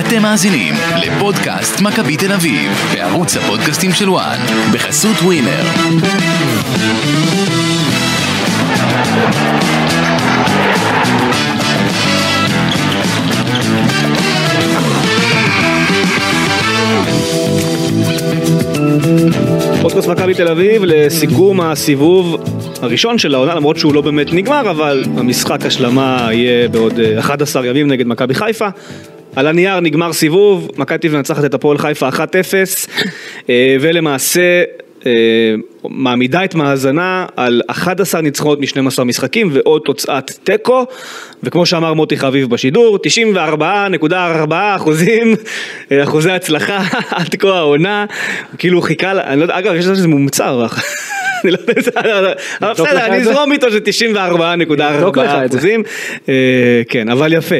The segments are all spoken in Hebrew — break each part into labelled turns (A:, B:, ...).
A: אתם מאזינים לפודקאסט מכבי תל אביב, בערוץ הפודקאסטים של וואן, בחסות ווינר.
B: פודקאסט מכבי תל אביב לסיכום הסיבוב הראשון של העונה למרות שהוא לא באמת נגמר אבל המשחק השלמה יהיה בעוד אה, 11 ימים נגד מכבי חיפה. על הנייר נגמר סיבוב, מכבי תל אביב מנצחת את הפועל חיפה 1-0 אה, ולמעשה אה, מעמידה את מאזנה על 11 ניצחונות מ-12 משחקים ועוד תוצאת תיקו וכמו שאמר מוטי חביב בשידור 94.4 אחוזים אה, אחוזי הצלחה עד כה העונה כאילו הוא חיכה, לה- אני לא יודע, אגב יש לזה מומצא אני לא יודע, אבל
C: נבדוק
B: בסדר,
C: לך
B: אני
C: את זה?
B: אזרום איתו
C: נבדוק לך
B: ש-94.4
C: את זה.
B: אחוזים. אה, כן, אבל יפה.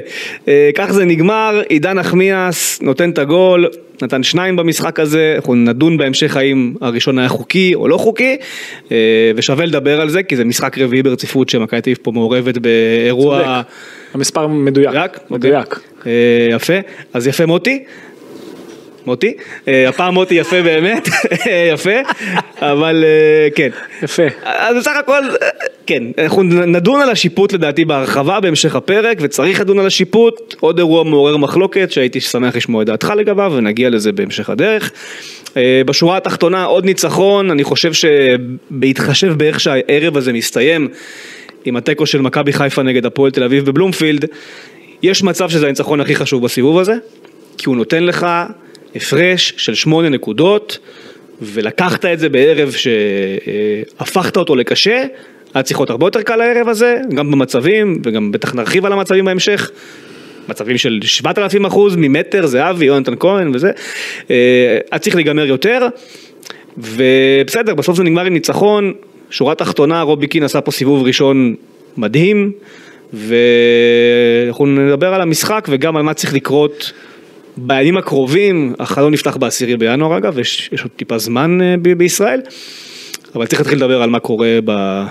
B: אה, כך זה נגמר, עידן נחמיאס נותן את הגול, נתן שניים במשחק הזה, אנחנו נדון בהמשך האם הראשון היה חוקי או לא חוקי, אה, ושווה לדבר על זה, כי זה משחק רביעי ברציפות שמכבי תל אביב פה מעורבת באירוע...
C: צודק. המספר מדויק.
B: מדויק?
C: מדויק.
B: אוקיי. אה, יפה, אז יפה מוטי. מוטי, אה, הפעם מוטי יפה באמת, אה, יפה, אבל אה, כן.
C: יפה.
B: אז בסך הכל, אה, כן, אנחנו נדון על השיפוט לדעתי בהרחבה בהמשך הפרק, וצריך לדון על השיפוט, עוד אירוע מעורר מחלוקת שהייתי שמח לשמוע את דעתך לגביו, ונגיע לזה בהמשך הדרך. אה, בשורה התחתונה עוד ניצחון, אני חושב שבהתחשב באיך שהערב הזה מסתיים, עם התיקו של מכבי חיפה נגד הפועל תל אביב בבלומפילד, יש מצב שזה הניצחון הכי חשוב בסיבוב הזה, כי הוא נותן לך הפרש של שמונה נקודות, ולקחת את זה בערב שהפכת אותו לקשה, היה צריך להיות הרבה יותר קל הערב הזה, גם במצבים, וגם בטח נרחיב על המצבים בהמשך. מצבים של 7,000 אחוז ממטר, זהבי, יונתן כהן וזה. אה, היה צריך להיגמר יותר, ובסדר, בסוף זה נגמר עם ניצחון. שורה תחתונה, רובי קין עשה פה סיבוב ראשון מדהים, ואנחנו נדבר על המשחק וגם על מה צריך לקרות בימים הקרובים, החלון נפתח בעשירי בינואר אגב, יש, יש עוד טיפה זמן אה, ב- בישראל, אבל צריך להתחיל לדבר על מה קורה ב-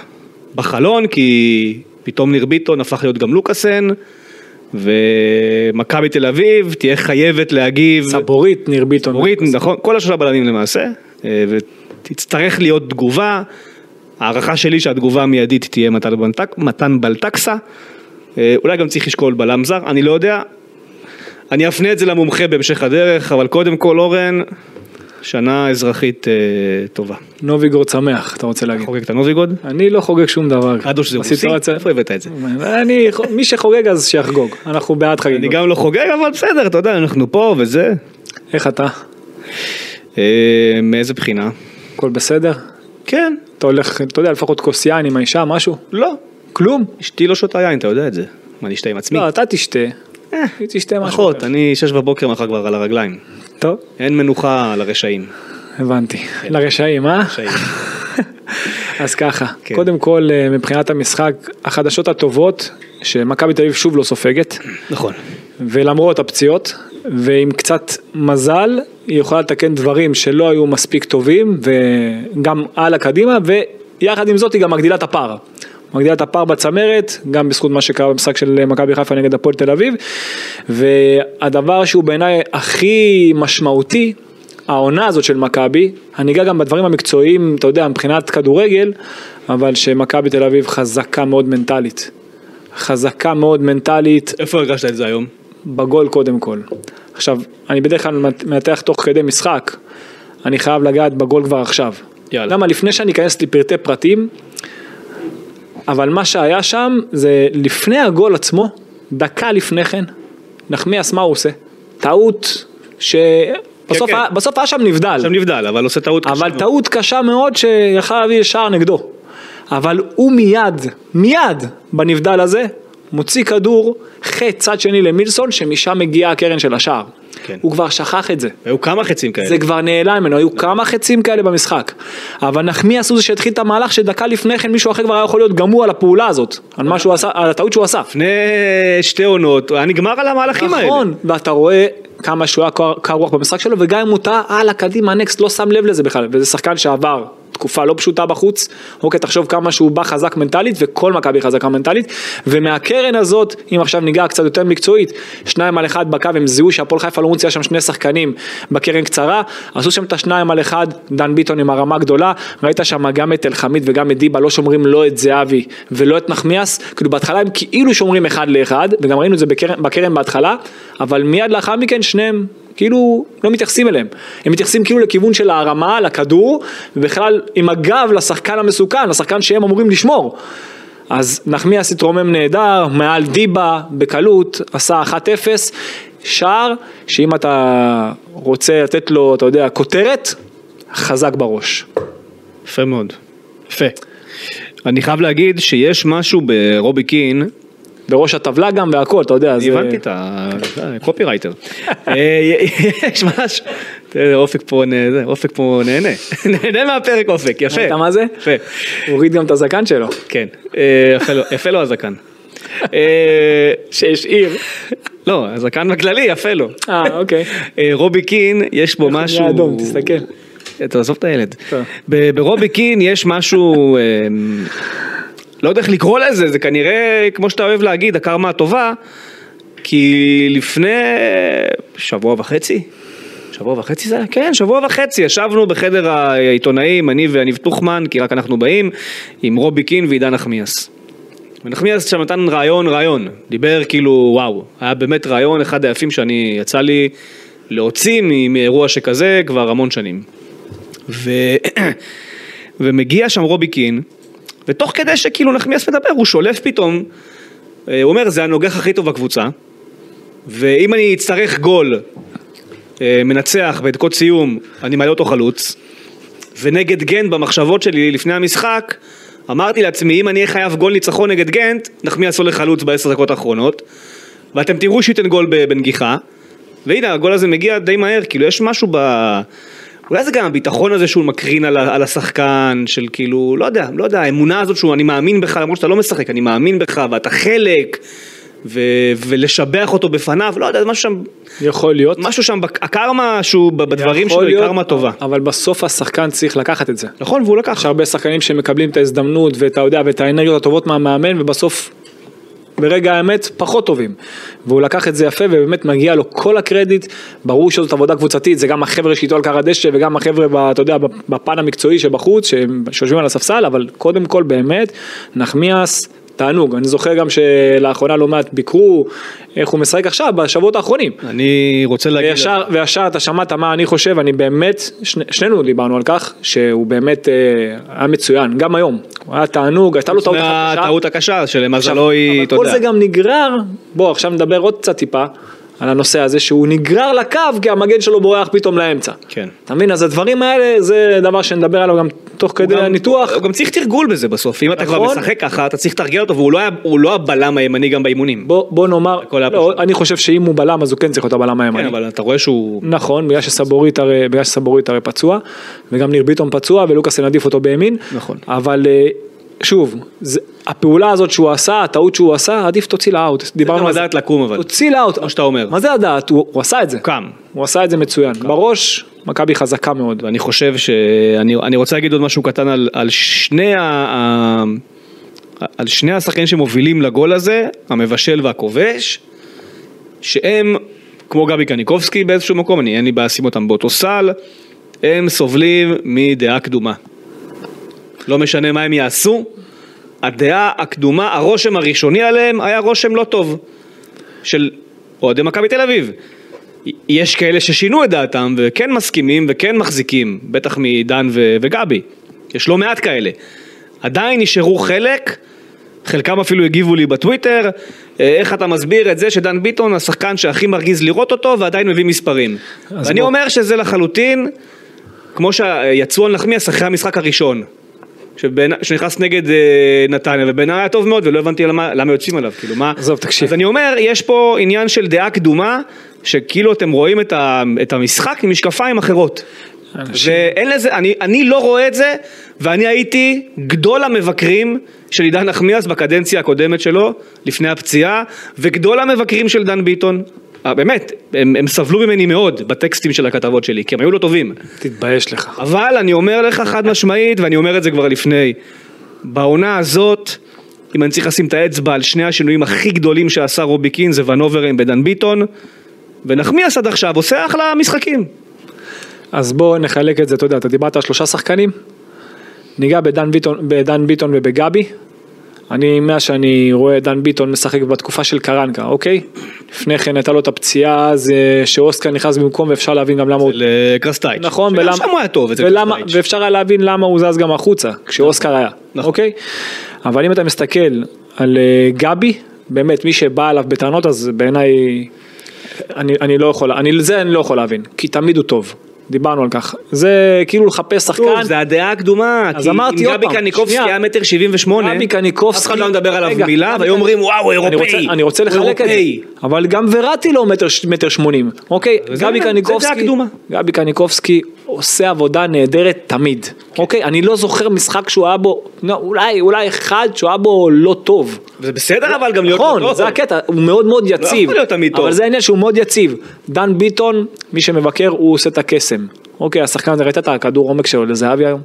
B: בחלון, כי פתאום ניר ביטון הפך להיות גם לוקאסן, ומכבי תל אביב תהיה חייבת להגיב.
C: סבורית, ניר ביטון.
B: אורית, נכון, כל השלושה בלמים למעשה, אה, ותצטרך להיות תגובה. ההערכה שלי שהתגובה המיידית תהיה מתן, בלטק, מתן בלטקסה. אה, אולי גם צריך לשקול בלם זר, אני לא יודע. אני אפנה את זה למומחה בהמשך הדרך, אבל קודם כל אורן, שנה אזרחית אה, טובה.
C: נוביגורד שמח, אתה רוצה להגיד.
B: חוגג את הנוביגוד?
C: אני לא חוגג שום דבר.
B: קדוש זה רוסי?
C: בסיטואציה-
B: איפה הבאת
C: לא.
B: את זה?
C: אני, מי שחוגג אז שיחגוג, אנחנו בעד
B: אני
C: חגיגות.
B: גם לא חוגג, אבל בסדר, אתה יודע, אנחנו פה וזה.
C: איך אתה?
B: אה, מאיזה בחינה?
C: הכל בסדר?
B: כן,
C: אתה הולך, אתה יודע, לפחות כוס יין עם האישה, משהו?
B: לא.
C: כלום?
B: אשתי לא שותה יין, אתה יודע את זה. מה, אני אשתה עם עצמי?
C: לא, אתה תשתה.
B: אה,
C: היא תשתה משהו.
B: פחות,
C: אחר.
B: אני שש בבוקר מחר כבר על הרגליים.
C: טוב,
B: אין מנוחה על הרשעים.
C: הבנתי. לרשעים, אה?
B: כן. רשעים.
C: אז ככה,
B: כן.
C: קודם כל אה, מבחינת המשחק, החדשות הטובות, שמכבי תל אביב שוב לא סופגת,
B: נכון.
C: ולמרות הפציעות, ועם קצת מזל, היא יכולה לתקן דברים שלא היו מספיק טובים, וגם הלאה קדימה, ויחד עם זאת היא גם מגדילה את הפער. מגדילה את הפער בצמרת, גם בזכות מה שקרה במשחק של מכבי חיפה נגד הפועל תל אביב. והדבר שהוא בעיניי הכי משמעותי, העונה הזאת של מכבי, אני אגע גם בדברים המקצועיים, אתה יודע, מבחינת כדורגל, אבל שמכבי תל אביב חזקה מאוד מנטלית. חזקה מאוד מנטלית,
B: איפה הרגשת את זה היום?
C: בגול קודם כל. עכשיו, אני בדרך כלל מת- מנתח תוך כדי משחק, אני חייב לגעת בגול כבר עכשיו.
B: יאללה.
C: למה? לפני שאני אכנס לפרטי פרטים, אבל מה שהיה שם זה לפני הגול עצמו, דקה לפני כן, נחמיאס מה הוא עושה? טעות שבסוף
B: כן.
C: היה- בסוף היה שם נבדל.
B: עכשיו נבדל, אבל עושה טעות קשה.
C: אבל
B: מאוד.
C: טעות קשה מאוד שיכלה להביא שער נגדו. אבל הוא מיד, מיד בנבדל הזה, מוציא כדור חץ צד שני למילסון, שמשם מגיעה הקרן של השער.
B: כן.
C: הוא כבר שכח את זה.
B: היו כמה חצים כאלה.
C: זה כבר נעלם ממנו, היו כמה חצים כאלה במשחק. אבל נחמיאס הוא זה שהתחיל את המהלך שדקה לפני כן מישהו אחר כבר היה יכול להיות גמור על הפעולה הזאת, על מה שהוא עשה, על הטעות שהוא עשה.
B: לפני שתי עונות, היה נגמר על המהלכים האלה.
C: נכון, ואתה רואה כמה שהוא היה קר קר רוח במשחק שלו, וגם אם הוא טעה, הלאה, קדימה, נקסט, לא שם לב לזה בכלל, וזה שחקן שעבר תקופה לא פשוטה בחוץ, אוקיי, תחשוב כמה שהוא בא חזק מנטלית, וכל מכבי חזקה מנטלית, ומהקרן הזאת, אם עכשיו ניגע קצת יותר מקצועית, שניים על אחד בקו, הם זיהו שהפועל חיפה לא מוציאה שם שני שחקנים בקרן קצרה, עשו שם את השניים על אחד, דן ביטון עם הרמה הגדולה, ראית שם גם את אלחמיד וגם את דיבה, לא שומרים לא את זהבי ולא את נחמיאס, כאילו בהתחלה הם כאילו שומרים אחד לאחד, וגם ראינו את זה בקרן, בקרן בהתחלה, אבל מיד לאחר מכן שניהם כאילו לא מתייחסים אליהם, הם מתייחסים כאילו לכיוון של ההרמה, לכדור, ובכלל עם הגב לשחקן המסוכן, לשחקן שהם אמורים לשמור. אז נחמיאס התרומם נהדר, מעל דיבה, בקלות, עשה 1-0, שער שאם אתה רוצה לתת לו, אתה יודע, כותרת, חזק בראש.
B: יפה מאוד. יפה. אני חייב להגיד שיש משהו ברובי קין,
C: בראש הטבלה גם והכל, אתה יודע, זה...
B: הבנתי את ה... קופי רייטר. יש משהו, תראה, אופק פה נהנה, אופק פה נהנה, נהנה מהפרק אופק, יפה.
C: ראית מה זה?
B: יפה,
C: הוא הוריד גם את הזקן שלו.
B: כן, אה, יפה לו- יפה לו הזקן. אה,
C: שיש עיר.
B: לא, הזקן בכללי, יפה לו.
C: אה, אוקיי.
B: אה, רובי קין, יש בו
C: נהיה
B: משהו...
C: אדום, תסתכל.
B: תעזוב את הילד.
C: טוב.
B: ב- ברובי קין יש משהו, אה, לא יודע איך לקרוא לזה, זה כנראה, כמו שאתה אוהב להגיד, הקרמה הטובה, כי לפני שבוע וחצי, שבוע וחצי זה היה? כן, שבוע וחצי, ישבנו בחדר העיתונאים, אני ויניב טוחמן, כי רק אנחנו באים, עם רובי קין ועידן נחמיאס. ונחמיאס שם נתן רעיון רעיון, דיבר כאילו וואו, היה באמת רעיון אחד היפים שאני יצא לי להוציא מ- מאירוע שכזה כבר המון שנים. ו... ומגיע שם רובי קין, ותוך כדי שכאילו נחמיאס מדבר, הוא שולף פתאום, אה, הוא אומר זה הנוגח הכי טוב בקבוצה, ואם אני אצטרך גול אה, מנצח בדקות סיום, אני מעלה אותו חלוץ, ונגד גנט במחשבות שלי לפני המשחק, אמרתי לעצמי, אם אני אהיה חייב גול ניצחון נגד גנט, נחמיאס עולה חלוץ בעשר דקות האחרונות, ואתם תראו שייתן גול ב- בנגיחה, והנה הגול הזה מגיע די מהר, כאילו יש משהו ב... אולי זה גם הביטחון הזה שהוא מקרין על, ה- על השחקן, של כאילו, לא יודע, לא יודע, האמונה הזאת שהוא אני מאמין בך, למרות שאתה לא משחק, אני מאמין בך ואתה חלק, ו, ולשבח אותו בפניו, לא יודע, משהו שם,
C: יכול להיות.
B: משהו שם, בק- הקרמה שהוא ב- בדברים
C: יכול
B: שלו היא
C: להיות,
B: קרמה טובה.
C: אבל בסוף השחקן צריך לקחת את זה.
B: נכון, והוא לקח.
C: יש הרבה שחקנים שמקבלים את ההזדמנות ואת, ה- יודע, ואת האנרגיות הטובות מהמאמן ובסוף ברגע האמת פחות טובים. והוא לקח את זה יפה ובאמת מגיע לו כל הקרדיט, ברור שזאת עבודה קבוצתית, זה גם החבר'ה שאיתו על קר הדשא וגם החבר'ה, ב- אתה יודע, בפן המקצועי שבחוץ, שהם- שיושבים על הספסל, אבל קודם כל באמת, נחמיאס, תענוג. אני זוכר גם שלאחרונה לא מעט ביקרו איך הוא משחק עכשיו, בשבועות האחרונים.
B: אני רוצה להגיד...
C: וישר, וישר אתה שמעת מה אני חושב, אני באמת, שני, שנינו דיברנו על כך, שהוא באמת אה, היה מצוין, גם היום. הוא היה תענוג, הייתה לו טעות אחת קשה.
B: הטעות הקשה
C: עכשיו,
B: שלמזלו היא,
C: אבל
B: אתה
C: כל
B: יודע.
C: זה גם נגרר, בוא עכשיו נדבר עוד קצת טיפה על הנושא הזה שהוא נגרר לקו כי המגן שלו בורח פתאום לאמצע.
B: כן.
C: אתה מבין? אז הדברים האלה זה דבר שנדבר עליו גם תוך כדי
B: גם-
C: הניתוח.
B: הוא גם צריך תרגול בזה בסוף, אם אתה כבר
C: נכון.
B: משחק ככה, אתה צריך לתרגל אותו, והוא לא היה- הוא לא הבלם הימני גם באימונים.
C: בוא, בוא נאמר,
B: הכל היה
C: לא, אני חושב שאם הוא בלם אז הוא כן צריך להיות הבלם הימני.
B: כן, אבל אתה רואה שהוא...
C: נכון, בגלל שסבורית הרי, בגלל שסבורית הרי פצוע, וגם ניר ביטון פצוע, ולוקאס ינדיף אותו בימין.
B: נכון.
C: אבל אה, שוב, זה, הפעולה הזאת שהוא עשה, הטעות שהוא עשה, עדיף תוציא לאאוט. דיברנו
B: גם
C: על זה.
B: לדעת לקום אבל.
C: תוציא לאאוט.
B: כמו שאתה אומר.
C: מה זה הדעת? הוא, הוא עשה את זה.
B: קם.
C: הוא עשה את זה מצוין. בראש, מכבי חזקה מאוד.
B: ואני חושב ש... אני אני רוצה להגיד עוד משהו קטן על- על שני ה- ה... על שני השחקנים שמובילים לגול הזה, המבשל והכובש, שהם, כמו גבי קניקובסקי באיזשהו מקום, אני אין לי בעיה לשים אותם באותו סל, הם סובלים מדעה קדומה. לא משנה מה הם יעשו, הדעה הקדומה, הרושם הראשוני עליהם היה רושם לא טוב, של אוהדי מכבי תל אביב. יש כאלה ששינו את דעתם וכן מסכימים וכן מחזיקים, בטח מעידן ו- וגבי, יש לא מעט כאלה. עדיין נשארו חלק, חלקם אפילו הגיבו לי בטוויטר, אה, איך אתה מסביר את זה שדן ביטון השחקן שהכי מרגיז לראות אותו ועדיין מביא מספרים.
C: אז
B: ואני
C: בוא-
B: אומר שזה לחלוטין, כמו שיצאו על נחמיאס אחרי המשחק הראשון. שבעיני- שנכנס נגד אה, נתניה, ובעיניי היה טוב מאוד, ולא הבנתי למה, למה יוצאים עליו, כאילו מה...
C: עזוב, תקשיב.
B: אז אני אומר, יש פה עניין של דעה קדומה, שכאילו אתם רואים את, ה, את המשחק עם משקפיים אחרות.
C: אנשים-
B: ואין לזה, אני, אני לא רואה את זה, ואני הייתי גדול המבקרים של עידן נחמיאס בקדנציה הקודמת שלו, לפני הפציעה, וגדול המבקרים של דן ביטון. אה, באמת, הם, הם סבלו ממני מאוד בטקסטים של הכתבות שלי, כי הם היו לא טובים.
C: תתבייש לך.
B: אבל אני אומר לך חד משמעית, ואני אומר את זה כבר לפני, בעונה הזאת, אם אני צריך לשים את האצבע על שני השינויים הכי גדולים שעשה רובי קין, זה ונוברים ודן ביטון, ונחמיאס עד עכשיו עושה אחלה משחקים.
C: אז בואו נחלק את זה, אתה יודע, אתה דיברת על שלושה שחקנים, ניגע בדן ביטון, בדן ביטון ובגבי. אני, מאז שאני רואה את דן ביטון משחק בתקופה של קרנקה, אוקיי? לפני כן הייתה לו את הפציעה אז אה, שאוסקר נכנס במקום ואפשר להבין גם למה הוא...
B: לקרסטייץ'.
C: נכון,
B: שגם
C: ולמה...
B: שם הוא היה טוב אצל
C: ולמה...
B: קרסטייץ'.
C: ואפשר היה להבין למה הוא זז גם החוצה, כשאוסקר היה,
B: נכון.
C: אוקיי? אבל אם אתה מסתכל על אה, גבי, באמת, מי שבא עליו בטענות, אז בעיניי, אני, אני לא יכול, אני, זה אני לא יכול להבין, כי תמיד הוא טוב, דיברנו על כך. זה כאילו לחפש שחקן,
B: שוב, זה הדעה הקדומה,
C: אז
B: כי
C: אמרתי
B: אם
C: עוד
B: גבי
C: פעם,
B: קניקובסקי
C: שנייה.
B: היה מטר שבעים ושמונה,
C: גבי קניקובסקי,
B: אף אחד לא מדבר עליו
C: רגע,
B: מילה,
C: גבי
B: והיו אומרים
C: קנ-
B: וואו,
C: אני רוצה-
B: אירופאי,
C: אני רוצה לחלק את זה,
B: אירופאי."
C: אבל גם וראטי לא מטר ש- מטר שמונים, אוקיי?
B: זה-
C: גבי
B: זה דעה
C: קניקובסקי,
B: קדומה.
C: גבי קניקובסקי עושה עבודה נהדרת תמיד,
B: כן.
C: אוקיי? אני לא זוכר משחק שהוא היה בו, לא, אולי אולי אחד שהוא היה בו לא טוב.
B: זה בסדר אבל גם להיות לא
C: נכון,
B: טוב.
C: זה הקטע, הוא מאוד מאוד יציב.
B: יכול להיות תמיד טוב.
C: אבל זה העניין שהוא מאוד יציב. דן ביטון, מי שמבקר, הוא עושה את הקסם. אוקיי, השחקן הזה, ראית את הכדור עומק שלו לזהבי היום?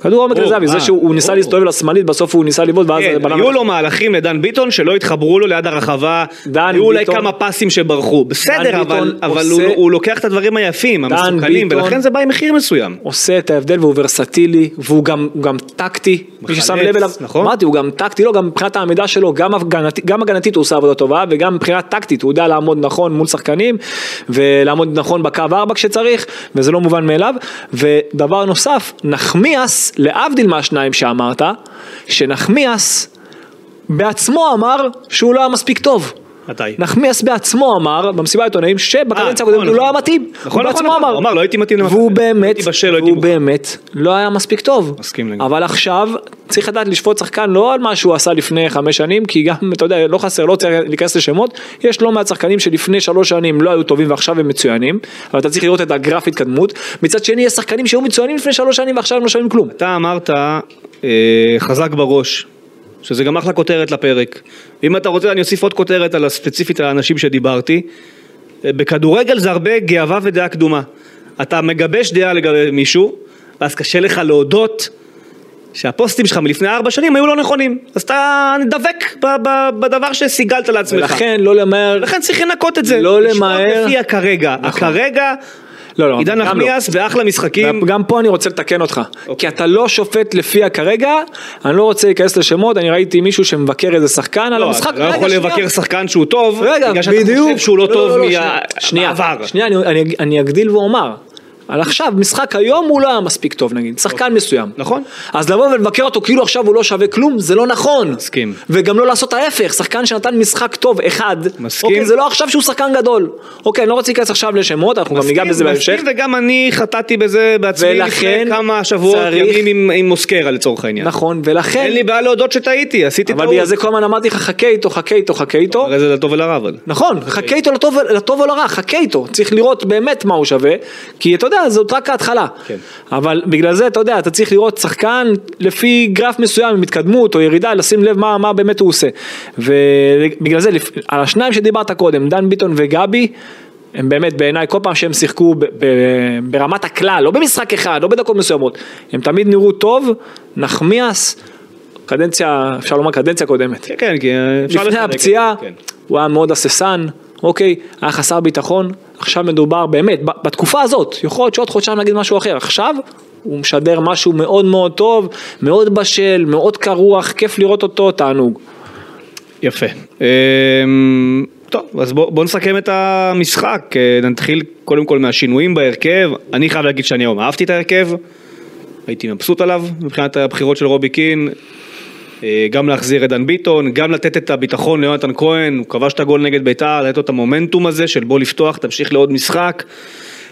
C: כדור עומק
B: ברור,
C: לזהבי,
B: אה,
C: זה שהוא ניסה
B: ברור.
C: להסתובב לשמאלית, בסוף הוא ניסה לבעוט, ואז...
B: כן,
C: בלם-
B: היו לו מהלכים לדן ביטון שלא התחברו לו ליד הרחבה,
C: דן
B: היו אולי
C: ביטון-
B: כמה פסים שברחו, בסדר,
C: ביטון
B: אבל, אבל
C: עושה-
B: הוא, הוא לוקח את הדברים היפים,
C: דן
B: המסוכנים,
C: ביטון-
B: ולכן זה בא עם מחיר מסוים.
C: עושה את ההבדל והוא ורסטילי והוא גם, הוא גם טקטי, מי
B: מחלץ,
C: ששם לב אליו,
B: נכון.
C: אמרתי הוא גם טקטי, לא, גם מבחינת העמידה שלו, גם, הגנתי, גם הגנתית הוא עושה עבודה טובה וגם מבחינה טקטית הוא יודע לעמוד נכון מול שחקנים ולעמוד נכון בקו 4 כשצריך וזה לא מובן מאליו ודבר נוסף, נחמיאס, להבדיל מהשניים שאמרת, שנחמיאס בעצמו אמר שהוא לא היה מספיק טוב.
B: מתי?
C: נחמיאס בעצמו אמר במסיבה העיתונאים שבקדנציה
B: אה, נכון,
C: הקודמת הוא לא היה
B: נכון.
C: מתאים.
B: נכון,
C: הוא
B: נכון,
C: בעצמו
B: נכון.
C: אמר.
B: הוא אמר, "לא הייתי מתאים למכבי.
C: והוא באמת,
B: הייתי בשל, לא הייתי
C: והוא
B: מוכן."
C: באמת לא היה מספיק טוב.
B: מסכים לגמרי.
C: אבל עכשיו צריך לדעת לשפוט שחקן לא על מה שהוא עשה לפני חמש שנים, כי גם, אתה יודע, לא חסר, לא צריך להיכנס לשמות, יש לא מעט שחקנים שלפני שלוש שנים לא היו טובים ועכשיו הם מצוינים, אבל אתה צריך לראות את הגרף התקדמות. מצד שני, יש שחקנים שהיו מצוינים לפני שלוש שנים ועכשיו הם לא שווים כלום.
B: אתה אמרת אה, חזק בראש, שזה גם אחלה כותרת לפרק. אם אתה רוצה אני אוסיף עוד כותרת על הספציפית על האנשים שדיברתי. אה, בכדורגל זה הרבה גאווה ודעה קדומה. אתה מגבש דעה לגבי מישהו, ואז קשה לך להודות שהפוסטים שלך מלפני ארבע שנים היו לא נכונים. אז אתה דבק ב- ב- בדבר שסיגלת לעצמך.
C: ולכן לא למהר,
B: לכן צריך לנקות את זה.
C: לא
B: לשפוט
C: למהר.
B: לפי הכרגע.
C: נכון.
B: הכרגע,
C: לא, לא,
B: עידן
C: גם לא.
B: נחמיאס ואחלה משחקים.
C: גם פה אני רוצה לתקן אותך,
B: אוקיי.
C: כי אתה לא שופט לפיה כרגע, אני לא רוצה להיכנס לשמות, אני ראיתי מישהו שמבקר איזה שחקן על
B: לא,
C: המשחק,
B: אתה לא
C: רגע,
B: יכול
C: שנייה.
B: לבקר שחקן שהוא טוב,
C: רגע,
B: בגלל שאתה
C: בדיוק,
B: חושב שהוא לא טוב
C: שנייה. שנייה,
B: מהעבר.
C: שנייה, אני- אני- אני אגדיל ואומר, על עכשיו, משחק היום הוא לא היה מספיק טוב נגיד, שחקן מסוים.
B: נכון.
C: אז לבוא ולבקר אותו כאילו עכשיו הוא לא שווה כלום, זה לא נכון.
B: מסכים.
C: וגם לא לעשות ההפך, שחקן שנתן משחק טוב אחד,
B: מסכים.
C: אוקיי, זה לא עכשיו שהוא שחקן גדול. אוקיי, אני לא רוצה להיכנס עכשיו לשמות, אנחנו גם ניגע בזה בהמשך.
B: מסכים, וגם אני חטאתי בזה בעצמי לפני
C: ולכן
B: כמה שבועות
C: צריך-
B: ימים עם- עם מוסקרה לצורך העניין.
C: נכון, ולכן...
B: אין לי בעיה להודות שטעיתי, עשיתי
C: אבל
B: טעות.
C: בגלל זה כל הזמן אמרתי לך חכה איתו, חכה איתו, חכה איתו.
B: הרי זה לטוב ולרע אבל.
C: נכון, חכה איתו לטוב, לטוב או לרע, חכה איתו, צריך לראות באמת מה הוא שווה, כי אתה יודע, זאת רק ההתחלה.
B: כן.
C: אבל בגלל זה, אתה יודע, אתה צריך לראות שחקן לפי גרף מסוים, עם התקדמות או ירידה, לשים לב מה, מה באמת הוא עושה. ובגלל זה, לפ- על השניים שדיברת קודם, דן ביטון וגבי, הם באמת בעיניי, כל פעם שהם שיחקו ב- ב- ברמת הכלל, לא במשחק אחד, לא בדקות מסוימות, הם תמיד נראו טוב, נחמיאס, קדנציה, אפשר לומר קדנציה קודמת.
B: כן, כן, כי אפשר
C: לפני
B: לחלק את זה,
C: הפציעה,
B: כן.
C: הוא היה מאוד הססן, אוקיי, היה חסר ביטחון, עכשיו מדובר באמת, ב- בתקופה הזאת, יכול להיות שעוד חודשיים נגיד משהו אחר, עכשיו הוא משדר משהו מאוד מאוד טוב, מאוד בשל, מאוד קרוח, כיף לראות אותו, תענוג.
B: יפה. אמ, טוב, אז בוא בוא נסכם את המשחק. אה, נתחיל קודם כל מהשינויים בהרכב. אני חייב להגיד שאני היום אהבתי את ההרכב. הייתי מבסוט עליו מבחינת הבחירות של רובי קין. אה, גם להחזיר את דן ביטון, גם לתת את הביטחון ליונתן כהן, הוא כבש את הגול נגד ביתר, לתת לו את המומנטום הזה של בוא לפתוח, תמשיך לעוד משחק.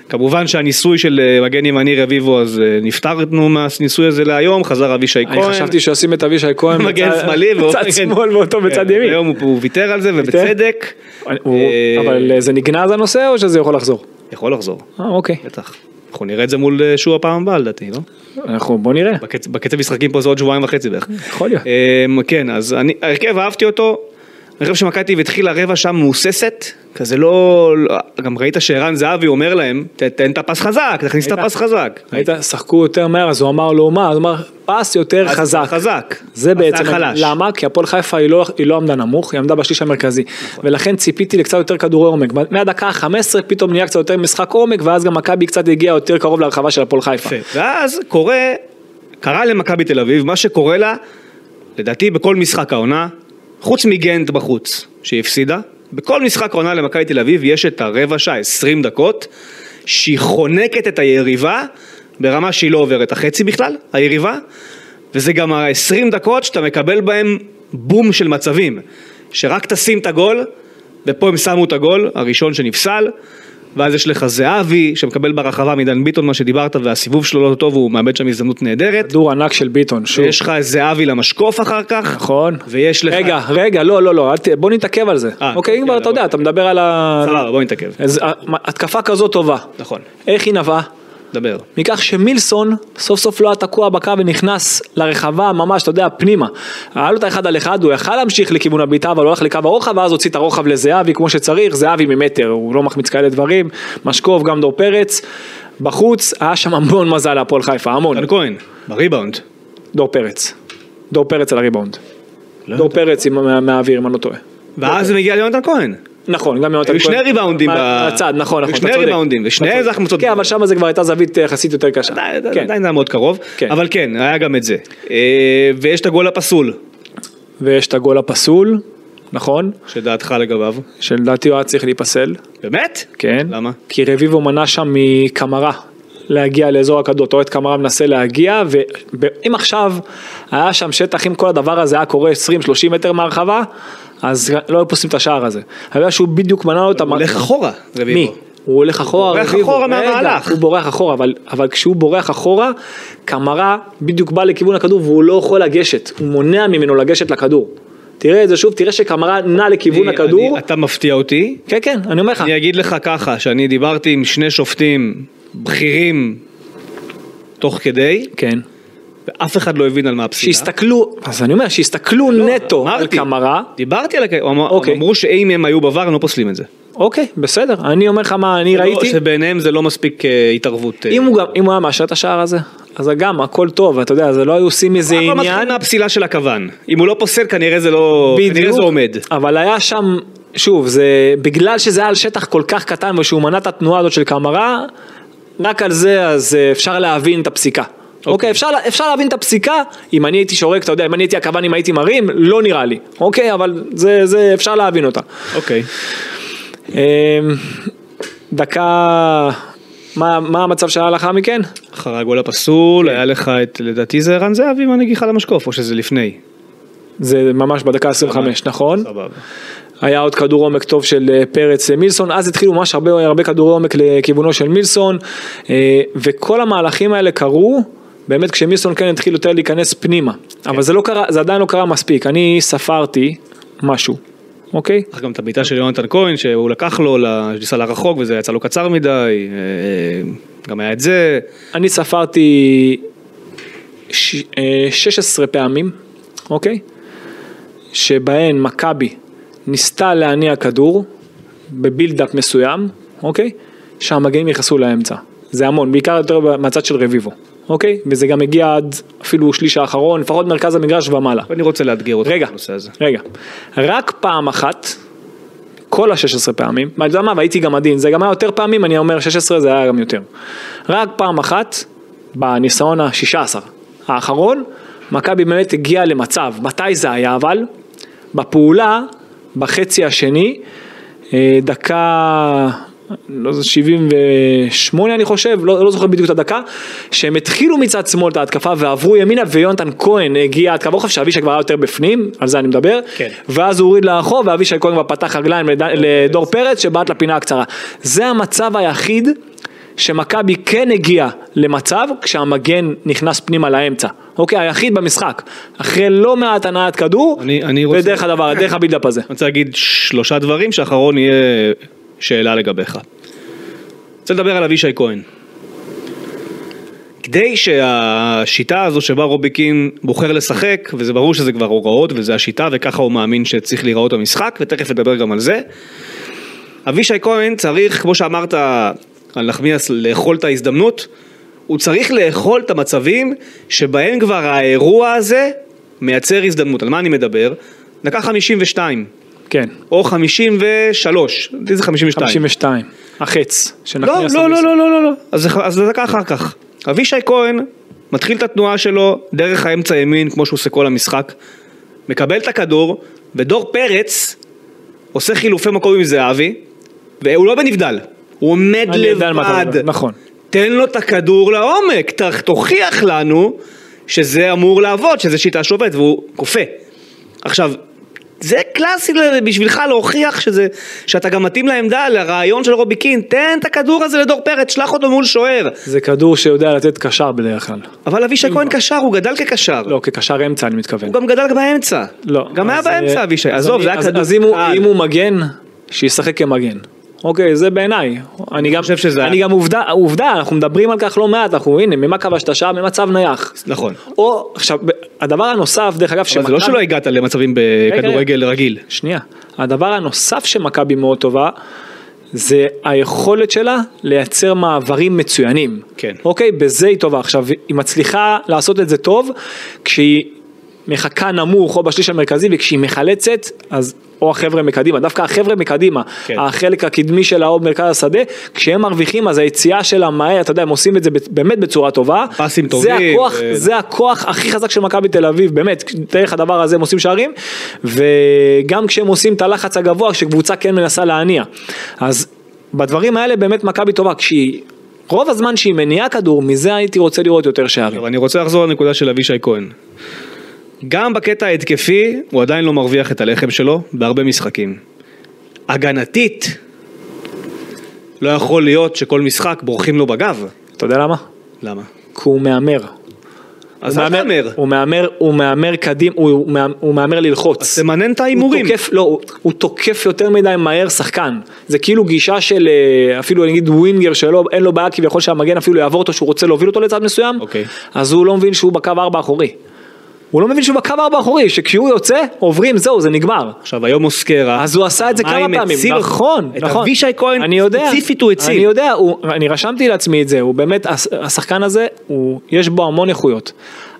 B: כמובן שהניסוי של אה, מגן ימני רביבו, אז אה, נפטרנו מהניסוי הזה להיום, חזר אבישי כהן.
C: אני חשבתי שעושים את אבישי כהן
B: מגן
C: בצד-
B: שמאלי והוא-
C: בצד שמאל ואותו
B: כן,
C: בצד ימין.
B: היום הוא- הוא ויתר על זה ובצדק.
C: הוא-
B: אה,
C: אבל אה, זה נגנז הנושא או שזה יכול לחזור?
B: יכול לחזור,
C: אה, אוקיי,
B: בטח. אנחנו נראה את זה מול אה, שוע פעם הבאה לדעתי, לא?
C: אנחנו בוא נראה,
B: בקצ- בקצב משחקים פה זה עוד שבועיים וחצי בערך.
C: יכול להיות.
B: אמ, כן, אז אני, ההרכב אהבתי אותו. אני חושב שמכבי התחילה רבע שם מהוססת, כזה לא... לא- גם ראית שערן זהבי אומר להם, "ת- תן את הפס חזק, תכניס את
C: ראית?
B: הפס חזק.
C: ראית, שחקו יותר מהר, אז הוא אמר לו מה, אז הוא אמר, פס יותר
B: אז
C: חזק.
B: חזק.
C: זה
B: אז
C: בעצם,
B: חלש.
C: למה? כי הפועל חיפה היא לא, היא לא עמדה נמוך, היא עמדה בשליש המרכזי.
B: נכון.
C: ולכן ציפיתי לקצת יותר כדורי עומק. מהדקה ה-15 פתאום נהיה קצת יותר משחק עומק, ואז גם מכבי קצת הגיעה יותר קרוב להרחבה של הפועל חיפה.
B: יפה. ואז קורה, קרה למכבי תל אביב, מה שקורה לה, לדעתי בכל משחק העונה, חוץ מגנט בחוץ, שהיא הפסידה, בכל משחק העונה למכבי תל אביב יש את הרבע שעה, 20 דקות, שהיא חונקת את היריבה ברמה שהיא לא עוברת החצי בכלל, היריבה, וזה גם ה-20 דקות שאתה מקבל בהם בום של מצבים, שרק תשים את הגול, ופה הם שמו את הגול, הראשון שנפסל, ואז יש לך זהבי, שמקבל ברחבה מדן ביטון, מה שדיברת, והסיבוב שלו לא טוב, הוא מאבד שם הזדמנות נהדרת.
C: כדור ענק של ביטון, שוב.
B: יש לך זהבי למשקוף אחר כך.
C: נכון.
B: ויש לך...
C: רגע, רגע, לא, לא, לא, אל ת- בוא נתעכב על זה.
B: אה,
C: אוקיי, אם כבר
B: יאללה,
C: אתה יודע,
B: בוא.
C: אתה מדבר על ה...
B: סבבה, בוא נתעכב.
C: אז ה- התקפה כזו טובה.
B: נכון,
C: איך היא נבעה?
B: דבר.
C: מכך שמילסון סוף סוף לא היה תקוע בקו ונכנס לרחבה ממש, אתה יודע, פנימה. היה לו את האחד על אחד, הוא יכל להמשיך לכיוון הבעיטה, אבל הוא הלך לקו הרוחב, ואז הוציא את הרוחב לזהבי כמו שצריך, זהבי ממטר, הוא לא מחמיץ כאלה דברים, משקוף, גם דור פרץ. בחוץ, היה שם המון מזל להפועל חיפה, המון.
B: דן כהן, בריבאונד.
C: דור פרץ. דור פרץ על הריבאונד.
B: לא
C: דור פרץ עם- מה- מהאוויר, אם אני לא טועה.
B: ואז זה מגיע ליונתן כהן.
C: נכון, גם יונתן
B: היו שני ריבאונדים ב-
C: מה- לצד, נכון,
B: היו
C: נכון, אתה
B: שני
C: צודק.
B: ריבאונדים, ושני
C: אתה צודק.
B: איזה החמצות
C: כן, אבל
B: גדולות.
C: שם זה כבר הייתה זווית אה, יחסית יותר קשה.
B: עדיין
C: כן.
B: עדיין זה היה מאוד קרוב,
C: כן.
B: אבל כן, היה גם את זה. אה, ויש את הגול הפסול,
C: ויש את הגול הפסול, נכון?
B: שדעתך לגביו.
C: שלדעתי הוא היה צריך להיפסל,
B: באמת?
C: כן?
B: למה?
C: כי רביבו מנע שם מקמרה להגיע לאזור הקדות, אוהד קמרה מנסה להגיע, ואם עכשיו היה שם שטח, אם כל הדבר הזה היה קורה 20-30 מטר מהרחבה, אז לא היו פוסלים את השער הזה. אני יודע שהוא בדיוק מנע לו את
B: הוא
C: המ...
B: הולך אחורה, רביבו.
C: מי? הוא הולך אחורה,
B: בורח
C: רביבו.
B: אחורה
C: רגע,
B: מהמהלך.
C: הוא בורח אחורה, אבל, אבל כשהוא בורח אחורה, קמרה בדיוק בא לכיוון הכדור והוא לא יכול לגשת, הוא מונע ממנו לגשת לכדור. תראה את זה שוב, תראה שקמרה נע לכיוון
B: אני-
C: הכדור.
B: אני- אתה מפתיע אותי.
C: כן, כן, אני אומר לך.
B: אני אגיד לך ככה, שאני דיברתי עם שני שופטים בכירים תוך כדי,
C: כן.
B: ואף אחד לא הבין על מה הפסידה.
C: שיסתכלו, אז אני אומר, שיסתכלו נטו על
B: לא, אמרתי,
C: קמרה.
B: דיברתי על הכ...
C: אוקיי.
B: אוקיי. אמרו שאם הם היו בVAR הם לא פוסלים את זה.
C: אוקיי, בסדר, אני אומר לך מה אני
B: לא,
C: ראיתי.
B: שבעיניהם זה לא מספיק אה, התערבות. אה,
C: אם הוא גם, אם הוא היה מאשר את השער הזה, אז גם הכל טוב, אתה יודע, זה לא היו עושים מזה
B: הכל
C: עניין.
B: מתחיל לא מהפסילה של הכוון. אם הוא לא פוסל כנראה זה לא... כנראה זה עומד.
C: אבל היה שם, שוב, זה בגלל שזה היה על שטח כל כך קטן ושהוא מנע את התנועה הזאת של קמרה, רק על זה אז אה, אפשר להבין את הפסיקה. אוקיי, אוקיי אפשר, לה- אפשר להבין את הפסיקה, אם אני הייתי שורק, אתה יודע, אם אני הייתי הכוון, אם הייתי מרים, לא נראה לי. אוקיי, אבל זה, זה אפשר להבין אותה.
B: אוקיי.
C: אה, דקה, מה, מה המצב שהיה לאחר מכן?
B: אחרי הגול הפסול היה לך את, לדעתי זה ערן זהבי עם הנגיחה למשקוף, או שזה לפני.
C: זה ממש בדקה 25, נכון?
B: סבבה.
C: היה עוד כדור עומק טוב של אה, פרץ למילסון, אז התחילו ממש הרבה, הרבה כדורי עומק לכיוונו של מילסון, אה, וכל המהלכים האלה קרו. באמת כשמילסון כן התחיל יותר להיכנס פנימה, אבל זה לא קרה, זה עדיין לא קרה מספיק, אני ספרתי משהו, אוקיי?
B: אך גם את הבעיטה של יונתן כהן שהוא לקח לו, ניסה לרחוק וזה יצא לו קצר מדי, אה, אה, גם היה את זה.
C: אני ספרתי ש... אה, 16 פעמים, אוקיי? שבהן מכבי ניסתה להניע כדור בבילדאפ מסוים, אוקיי? שהמגנים נכנסו לאמצע. זה המון, בעיקר יותר מהצד של רביבו, אוקיי? וזה גם הגיע עד אפילו שליש האחרון, לפחות מרכז המגרש ומעלה.
B: אני רוצה לאתגר אותך
C: רגע,
B: בנושא הזה.
C: רגע. רק פעם אחת, כל ה-16 פעמים, ואתה יודע מה, והייתי גם עדין, זה גם היה יותר פעמים, אני אומר 16 זה היה גם יותר. רק פעם אחת, בניסיון ה-16 האחרון, מכבי באמת הגיעה למצב, מתי זה היה אבל? בפעולה, בחצי השני, אה, דקה, לא זה 78 אני חושב, לא, לא זוכר בדיוק את הדקה, שהם התחילו מצד שמאל את ההתקפה ועברו ימינה ויונתן כהן הגיע עד קו רוחב שאבישי כבר היה יותר בפנים, על זה אני מדבר,
B: כן.
C: ואז הוא הוריד לאחור ואבישי כהן כבר פתח רגליים לד... לדור פרץ שבעט לפינה הקצרה. זה המצב היחיד שמכבי כן הגיעה למצב כשהמגן נכנס פנימה לאמצע. אוקיי, היחיד במשחק. אחרי לא מעט הנעת כדור,
B: אני- אני רוצה-
C: ודרך הדבר, דרך הבילדאפ הזה.
B: אני רוצה להגיד שלושה דברים שהאחרון יהיה שאלה לגביך. אני רוצה לדבר על אבישי כהן. כדי שהשיטה הזו שבה רובי קין בוחר לשחק, וזה ברור שזה כבר הוראות וזה השיטה וככה הוא מאמין שצריך להיראות המשחק, ותכף נדבר גם על זה. אבישי כהן צריך, כמו שאמרת על נחמיאס, לאכול את ההזדמנות, הוא צריך לאכול את המצבים שבהם כבר האירוע הזה מייצר הזדמנות. על מה אני מדבר? דקה 52,
C: כן.
B: או 53, איזה 52?
C: 52. החץ.
B: לא,
C: שנחמיאס
B: לא,
C: עמיס.
B: לא, לא, לא, לא, לא. אז זה- אז זה דקה אחר כך. אבישי כהן מתחיל את התנועה שלו דרך האמצע ימין, כמו שהוא עושה כל המשחק, מקבל את הכדור, ודור פרץ עושה חילופי מקום עם זהבי, והוא לא בנבדל. הוא עומד
C: אני יודע על מה אתה
B: לא, לבד.
C: מדבר, נכון.
B: תן לו את הכדור לעומק, ת- תוכיח לנו שזה אמור לעבוד, שזה שיטה שעובדת, והוא כופה. עכשיו, זה קלאסי ל- בשבילך להוכיח שזה, שאתה גם מתאים לעמדה, לרעיון של רובי קין, תן את הכדור הזה לדור פרץ, שלח אותו מול שוער.
C: זה כדור שיודע לתת קשר בדרך כלל.
B: אבל אבישי כהן קשר, הוא גדל כקשר.
C: לא, כקשר אמצע אני מתכוון.
B: הוא גם גדל באמצע.
C: לא.
B: גם היה
C: אז, אה,
B: באמצע אבישי,
C: אז
B: עזוב,
C: אני-
B: זה היה
C: אז-
B: כדור
C: אז אם הוא-
B: קל.
C: אם הוא מגן, שישחק כמגן. אוקיי, זה בעיניי. אני גם
B: חושב שזה-
C: אני גם עובדה, עובדה, אנחנו מדברים על כך לא מעט, אנחנו הנה, ממה כבשת שעה? ממצב נייח.
B: נכון.
C: או, עכשיו, הדבר הנוסף, דרך אגב,
B: אבל זה לא שלא הגעת למצבים בכדורגל רגיל.
C: שנייה. הדבר הנוסף שמכבי מאוד טובה, זה היכולת שלה לייצר מעברים מצוינים.
B: כן.
C: אוקיי? בזה היא טובה. עכשיו, היא מצליחה לעשות את זה טוב, כשהיא מחכה נמוך או בשליש המרכזי, וכשהיא מחלצת, אז... או החבר'ה מקדימה, דווקא החבר'ה מקדימה,
B: כן.
C: כן. החלק הקדמי שלה או מרכז השדה, כשהם מרוויחים אז היציאה שלה מהר, אתה יודע, הם עושים את זה ב- באמת בצורה טובה.
B: פסים
C: זה
B: טובים,
C: הכוח,
B: ו-
C: זה הכוח הכי חזק של מכבי תל אביב, באמת, דרך הדבר הזה הם עושים שערים, וגם כשהם עושים את הלחץ הגבוה, כשקבוצה כן מנסה להניע. אז בדברים האלה באמת מכבי טובה, כשהיא, רוב הזמן שהיא מניעה כדור, מזה הייתי רוצה לראות יותר שערים.
B: אבל אני רוצה לחזור לנקודה של אבישי כהן. גם בקטע ההתקפי, הוא עדיין לא מרוויח את הלחם שלו בהרבה משחקים. הגנתית, לא יכול להיות שכל משחק בורחים לו בגב.
C: אתה יודע למה?
B: למה?
C: כי הוא מהמר.
B: אז
C: הוא
B: אל תאמר.
C: הוא מהמר, הוא מהמר קדימה, הוא, הוא, מה- הוא מהמר ללחוץ.
B: אז תמנן את ההימורים.
C: הוא תוקף, לא, הוא, הוא תוקף יותר מדי מהר שחקן. זה כאילו גישה של אה, אפילו נגיד ווינגר שלא, אין לו בעיה כביכול שהמגן אפילו יעבור אותו, שהוא רוצה להוביל אותו לצד מסוים,
B: אוקיי.
C: אז הוא לא מבין שהוא בקו ארבע אחורי. הוא לא מבין שהוא בקו ארבע אחורי, שכשהוא יוצא, עוברים, זהו, זה נגמר.
B: עכשיו, היום אוסקרה,
C: אז הוא עשה את זה
B: מים
C: כמה פעמים,
B: הציל אותו.
C: נכון,
B: את
C: נכון.
B: אבישי כהן
C: אני יודע,
B: ספציפית הוא הציל.
C: אני יודע, הוא, אני רשמתי לעצמי את זה, הוא באמת, הש- השחקן הזה, הוא, יש בו המון איכויות.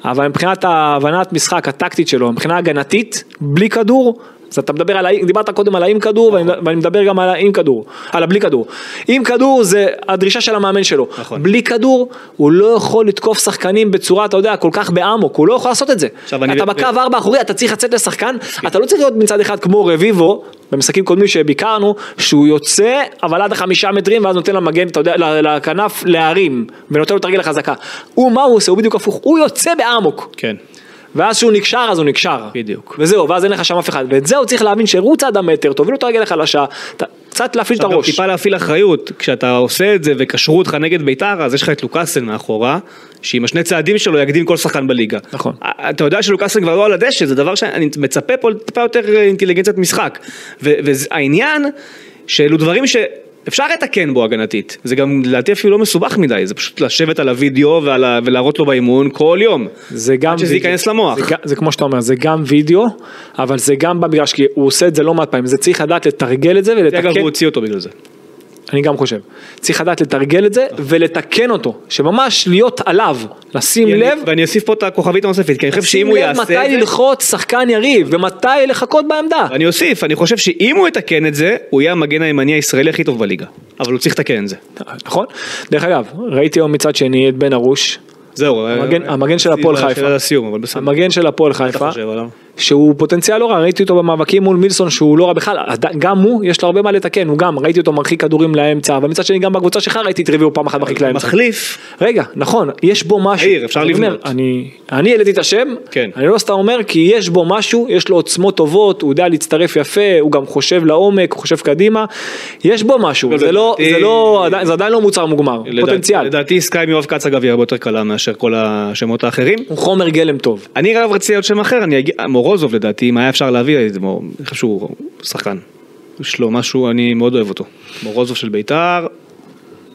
C: אבל מבחינת ההבנת משחק הטקטית שלו, מבחינה הגנתית, בלי כדור, אז אתה מדבר על, ה- דיברת קודם על האם כדור, ואני,
B: נכון.
C: ואני מדבר גם על האם כדור, על הבלי כדור. עם כדור זה הדרישה של המאמן שלו.
B: נכון.
C: בלי כדור, הוא לא יכול לתקוף שחקנים בצורה, אתה יודע, כל כך באמוק, הוא לא יכול לעשות את זה.
B: עכשיו, אני-
C: אתה בקו קו ארבע אחורי אתה צריך לצאת לשחקן אתה לא צריך להיות מצד אחד כמו רביבו במשחקים קודמים שביקרנו שהוא יוצא אבל עד החמישה מטרים ואז נותן למגן אתה יודע ל- לכנף להרים ונותן לו את הרגל החזקה. הוא מה הוא עושה הוא בדיוק הפוך הוא יוצא באמוק
B: כן,
C: ואז שהוא נקשר אז הוא נקשר
B: בדיוק.
C: וזהו ואז אין לך שם אף אחד ואת זה הוא צריך להבין שרוץ עד המטר תוביל אותו הרגל החלשה ת- קצת להפעיל את
B: עכשיו גם
C: הראש.
B: טיפה להפעיל אחריות, כשאתה עושה את זה וקשרו אותך נגד ביתר, אז יש לך את לוקאסן מאחורה, שעם השני צעדים שלו יקדים כל שחקן בליגה.
C: נכון.
B: א- אתה יודע שלוקאסן כבר לא על הדשא, זה דבר שאני מצפה פה לטיפה יותר אה, אינטליגנציית משחק. ו- והעניין, שאלו דברים ש... אפשר לתקן בו הגנתית, זה גם לדעתי אפילו לא מסובך מדי, זה פשוט לשבת על הוידאו ועל ה- ולהראות לו באימון כל יום.
C: זה גם
B: עד שזה
C: וידאו.
B: ייכנס למוח.
C: זה, ג- זה כמו שאתה אומר, זה גם וידאו, אבל זה גם במגרש, כי הוא עושה את זה לא מעט פעמים, זה צריך לדעת לתרגל את זה
B: זה אגב,
C: ולתקן
B: הוא הוציא אותו בגלל זה.
C: אני גם חושב. צריך לדעת לתרגל את זה ולתקן אותו, שממש להיות עליו, לשים
B: אני-
C: לב,
B: ואני אוסיף פה את הכוכבית הנוספת, כי אני חושב שאם
C: לשים
B: הוא
C: לב
B: יעשה את
C: מתי
B: זה...
C: ללחוץ שחקן יריב ומתי לחכות בעמדה.
B: אני אוסיף, אני חושב שאם הוא יתקן את זה, הוא יהיה המגן הימני הישראלי הכי טוב בליגה. אבל הוא צריך לתקן את זה.
C: נכון? דרך אגב, ראיתי היום מצד שני את בן ארוש,
B: זהו.
C: המגן-
B: אה,
C: המגן של
B: רציתי
C: הפועל
B: לשאלה
C: חיפה.
B: על הסיום, אבל בסדר.
C: המגן של הפועל חיפה,
B: חושב עליו?
C: שהוא פוטנציאל לא רע, ראיתי אותו במאבקים מול מילסון שהוא לא רע בכלל, עד- גם הוא, יש לו הרבה מה לתקן, הוא גם, ראיתי אותו מרחיק כדורים לאמצע, אבל מצד שני גם בקבוצה שלך ראיתי את רביבו פעם אחת מרחיק לאמצע.
B: מחליף,
C: רגע, נכון, יש בו משהו.
B: יאיר, אפשר
C: אני
B: לבנות.
C: אומר, אני, אני העליתי את השם,
B: כן.
C: אני לא סתם אומר, כי יש בו משהו, יש לו עוצמות טובות, הוא יודע להצטרף יפה, הוא גם חושב לעומק, הוא חושב קדימה, יש בו משהו, זה לא,
B: לדעתי-
C: זה לא, עדיין- זה עדיין לא מוצר מוגמר,
B: לדעתי-
C: פוטנציאל,
B: לדעתי סקאי עם יואב כץ אגב היא הרבה יותר קלה מאשר כל השמות האחרים.
C: הוא חומר גלם טוב.
B: אני אגב רציתי עוד שם אחר, אני אגיד, מורוזוב לדעתי, אם היה אפשר להביא, הייתי מור- אני חושב שהוא שחקן. יש לו משהו, אני מאוד אוהב אותו. מורוזוב של ביתר,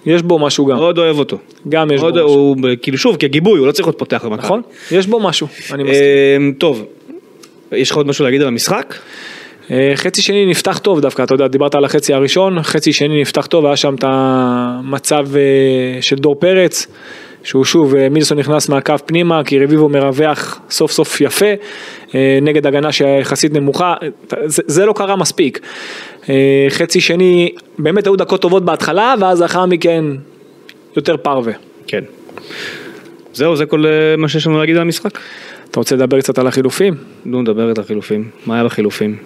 C: יש בו משהו גם,
B: מאוד אוהב אותו.
C: גם יש בו
B: מאוד-
C: משהו,
B: הוא כאילו שוב, כגיבוי, הוא לא צריך להיות פותח במכבי.
C: נכון? יש בו משהו, אני מסכים.
B: אמ, טוב, יש לך עוד משהו להגיד על המשחק?
C: אה, חצי שני נפתח טוב דווקא, אתה יודע, דיברת על החצי הראשון, חצי שני נפתח טוב, היה שם את המצב אה, של דור פרץ, שהוא שוב, אה, מילסון נכנס מהקו פנימה, כי רביבו מרווח סוף סוף יפה, אה, נגד הגנה שיחסית נמוכה, אה, זה, זה לא קרה מספיק. אה, חצי שני, באמת היו דקות טובות בהתחלה, ואז לאחר מכן יותר פרווה.
B: כן. זהו, זה כל אה, מה שיש לנו להגיד על המשחק.
C: אתה רוצה לדבר קצת על החילופים?
B: נו, נדבר את החילופים. מה היה בחילופים?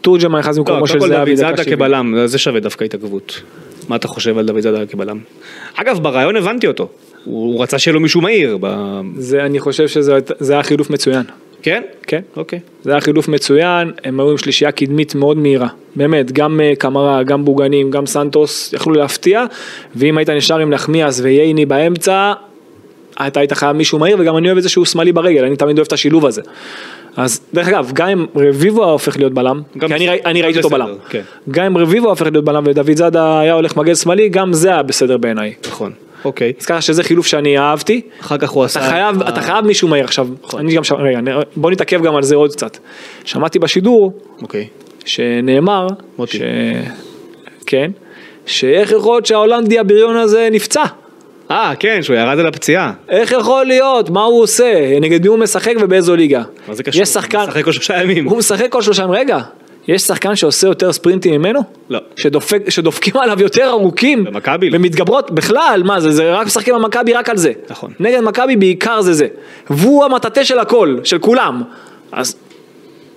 C: תורג'מן נכנס
B: לא,
C: במקומו של
B: קודם כל
C: זהבי
B: דוד
C: דקה
B: זאדה
C: 70.
B: כבלם, זה שווה דווקא התעכבות. מה אתה חושב על דוד זאדה כבלם? אגב, ברעיון הבנתי אותו. הוא הוא רצה שיהיה לו מישהו מהיר. ב-
C: זה, אני חושב שזה זה היה חילוף מצוין.
B: כן?
C: כן.
B: אוקיי.
C: זה היה חילוף מצוין, הם היו עם שלישייה קדמית מאוד מהירה, באמת, גם אה, קמרה, גם בוגנים, גם סנטוס, יכלו להפתיע, ואם היית נשאר עם נחמיאס וייני באמצע, אתה היית חייב מישהו מהיר, וגם אני אוהב את זה שהוא שמאלי ברגל, אני תמיד אוהב את השילוב הזה. אז דרך אגב, גם אם רביבו היה הופך להיות בלם,
B: גם-
C: כי אני, ראי- אני
B: גם
C: ראיתי אותו
B: בסדר,
C: בלם,
B: כן.
C: גם אם רביבו היה הופך להיות בלם ודוד זאדה היה הולך מגן שמאלי, גם זה היה בסדר בעיניי.
B: נכון. אוקיי.
C: אז ככה שזה חילוף שאני אהבתי,
B: אחר כך הוא עשה... אה,
C: אתה חייב, אתה חייב מישהו מהיר עכשיו,
B: נכון.
C: אני גם שם, רגע, אני- בוא נתעכב גם על זה עוד קצת. שמעתי בשידור
B: אוקיי.
C: שנאמר,
B: מוטי.
C: ש... כן, שאיך יכול להיות שההולנדי הבריון הזה נפצע?
B: אה, כן, שהוא ירד על הפציעה.
C: איך יכול להיות? מה הוא עושה? נגד מי הוא משחק ובאיזו ליגה?
B: מה זה קשור?
C: יש שחקן,
B: הוא משחק כל שלושה ימים.
C: הוא משחק כל שלושה ימים, רגע, יש שחקן שעושה יותר ספרינטים ממנו?
B: לא.
C: שדופק, שדופקים עליו יותר ארוכים.
B: במכבי לא.
C: ומתגברות, בכלל, מה זה, זה רק משחקים במכבי רק על זה.
B: נכון.
C: נגד מכבי בעיקר זה זה. והוא המטאטא של הכל, של כולם. אז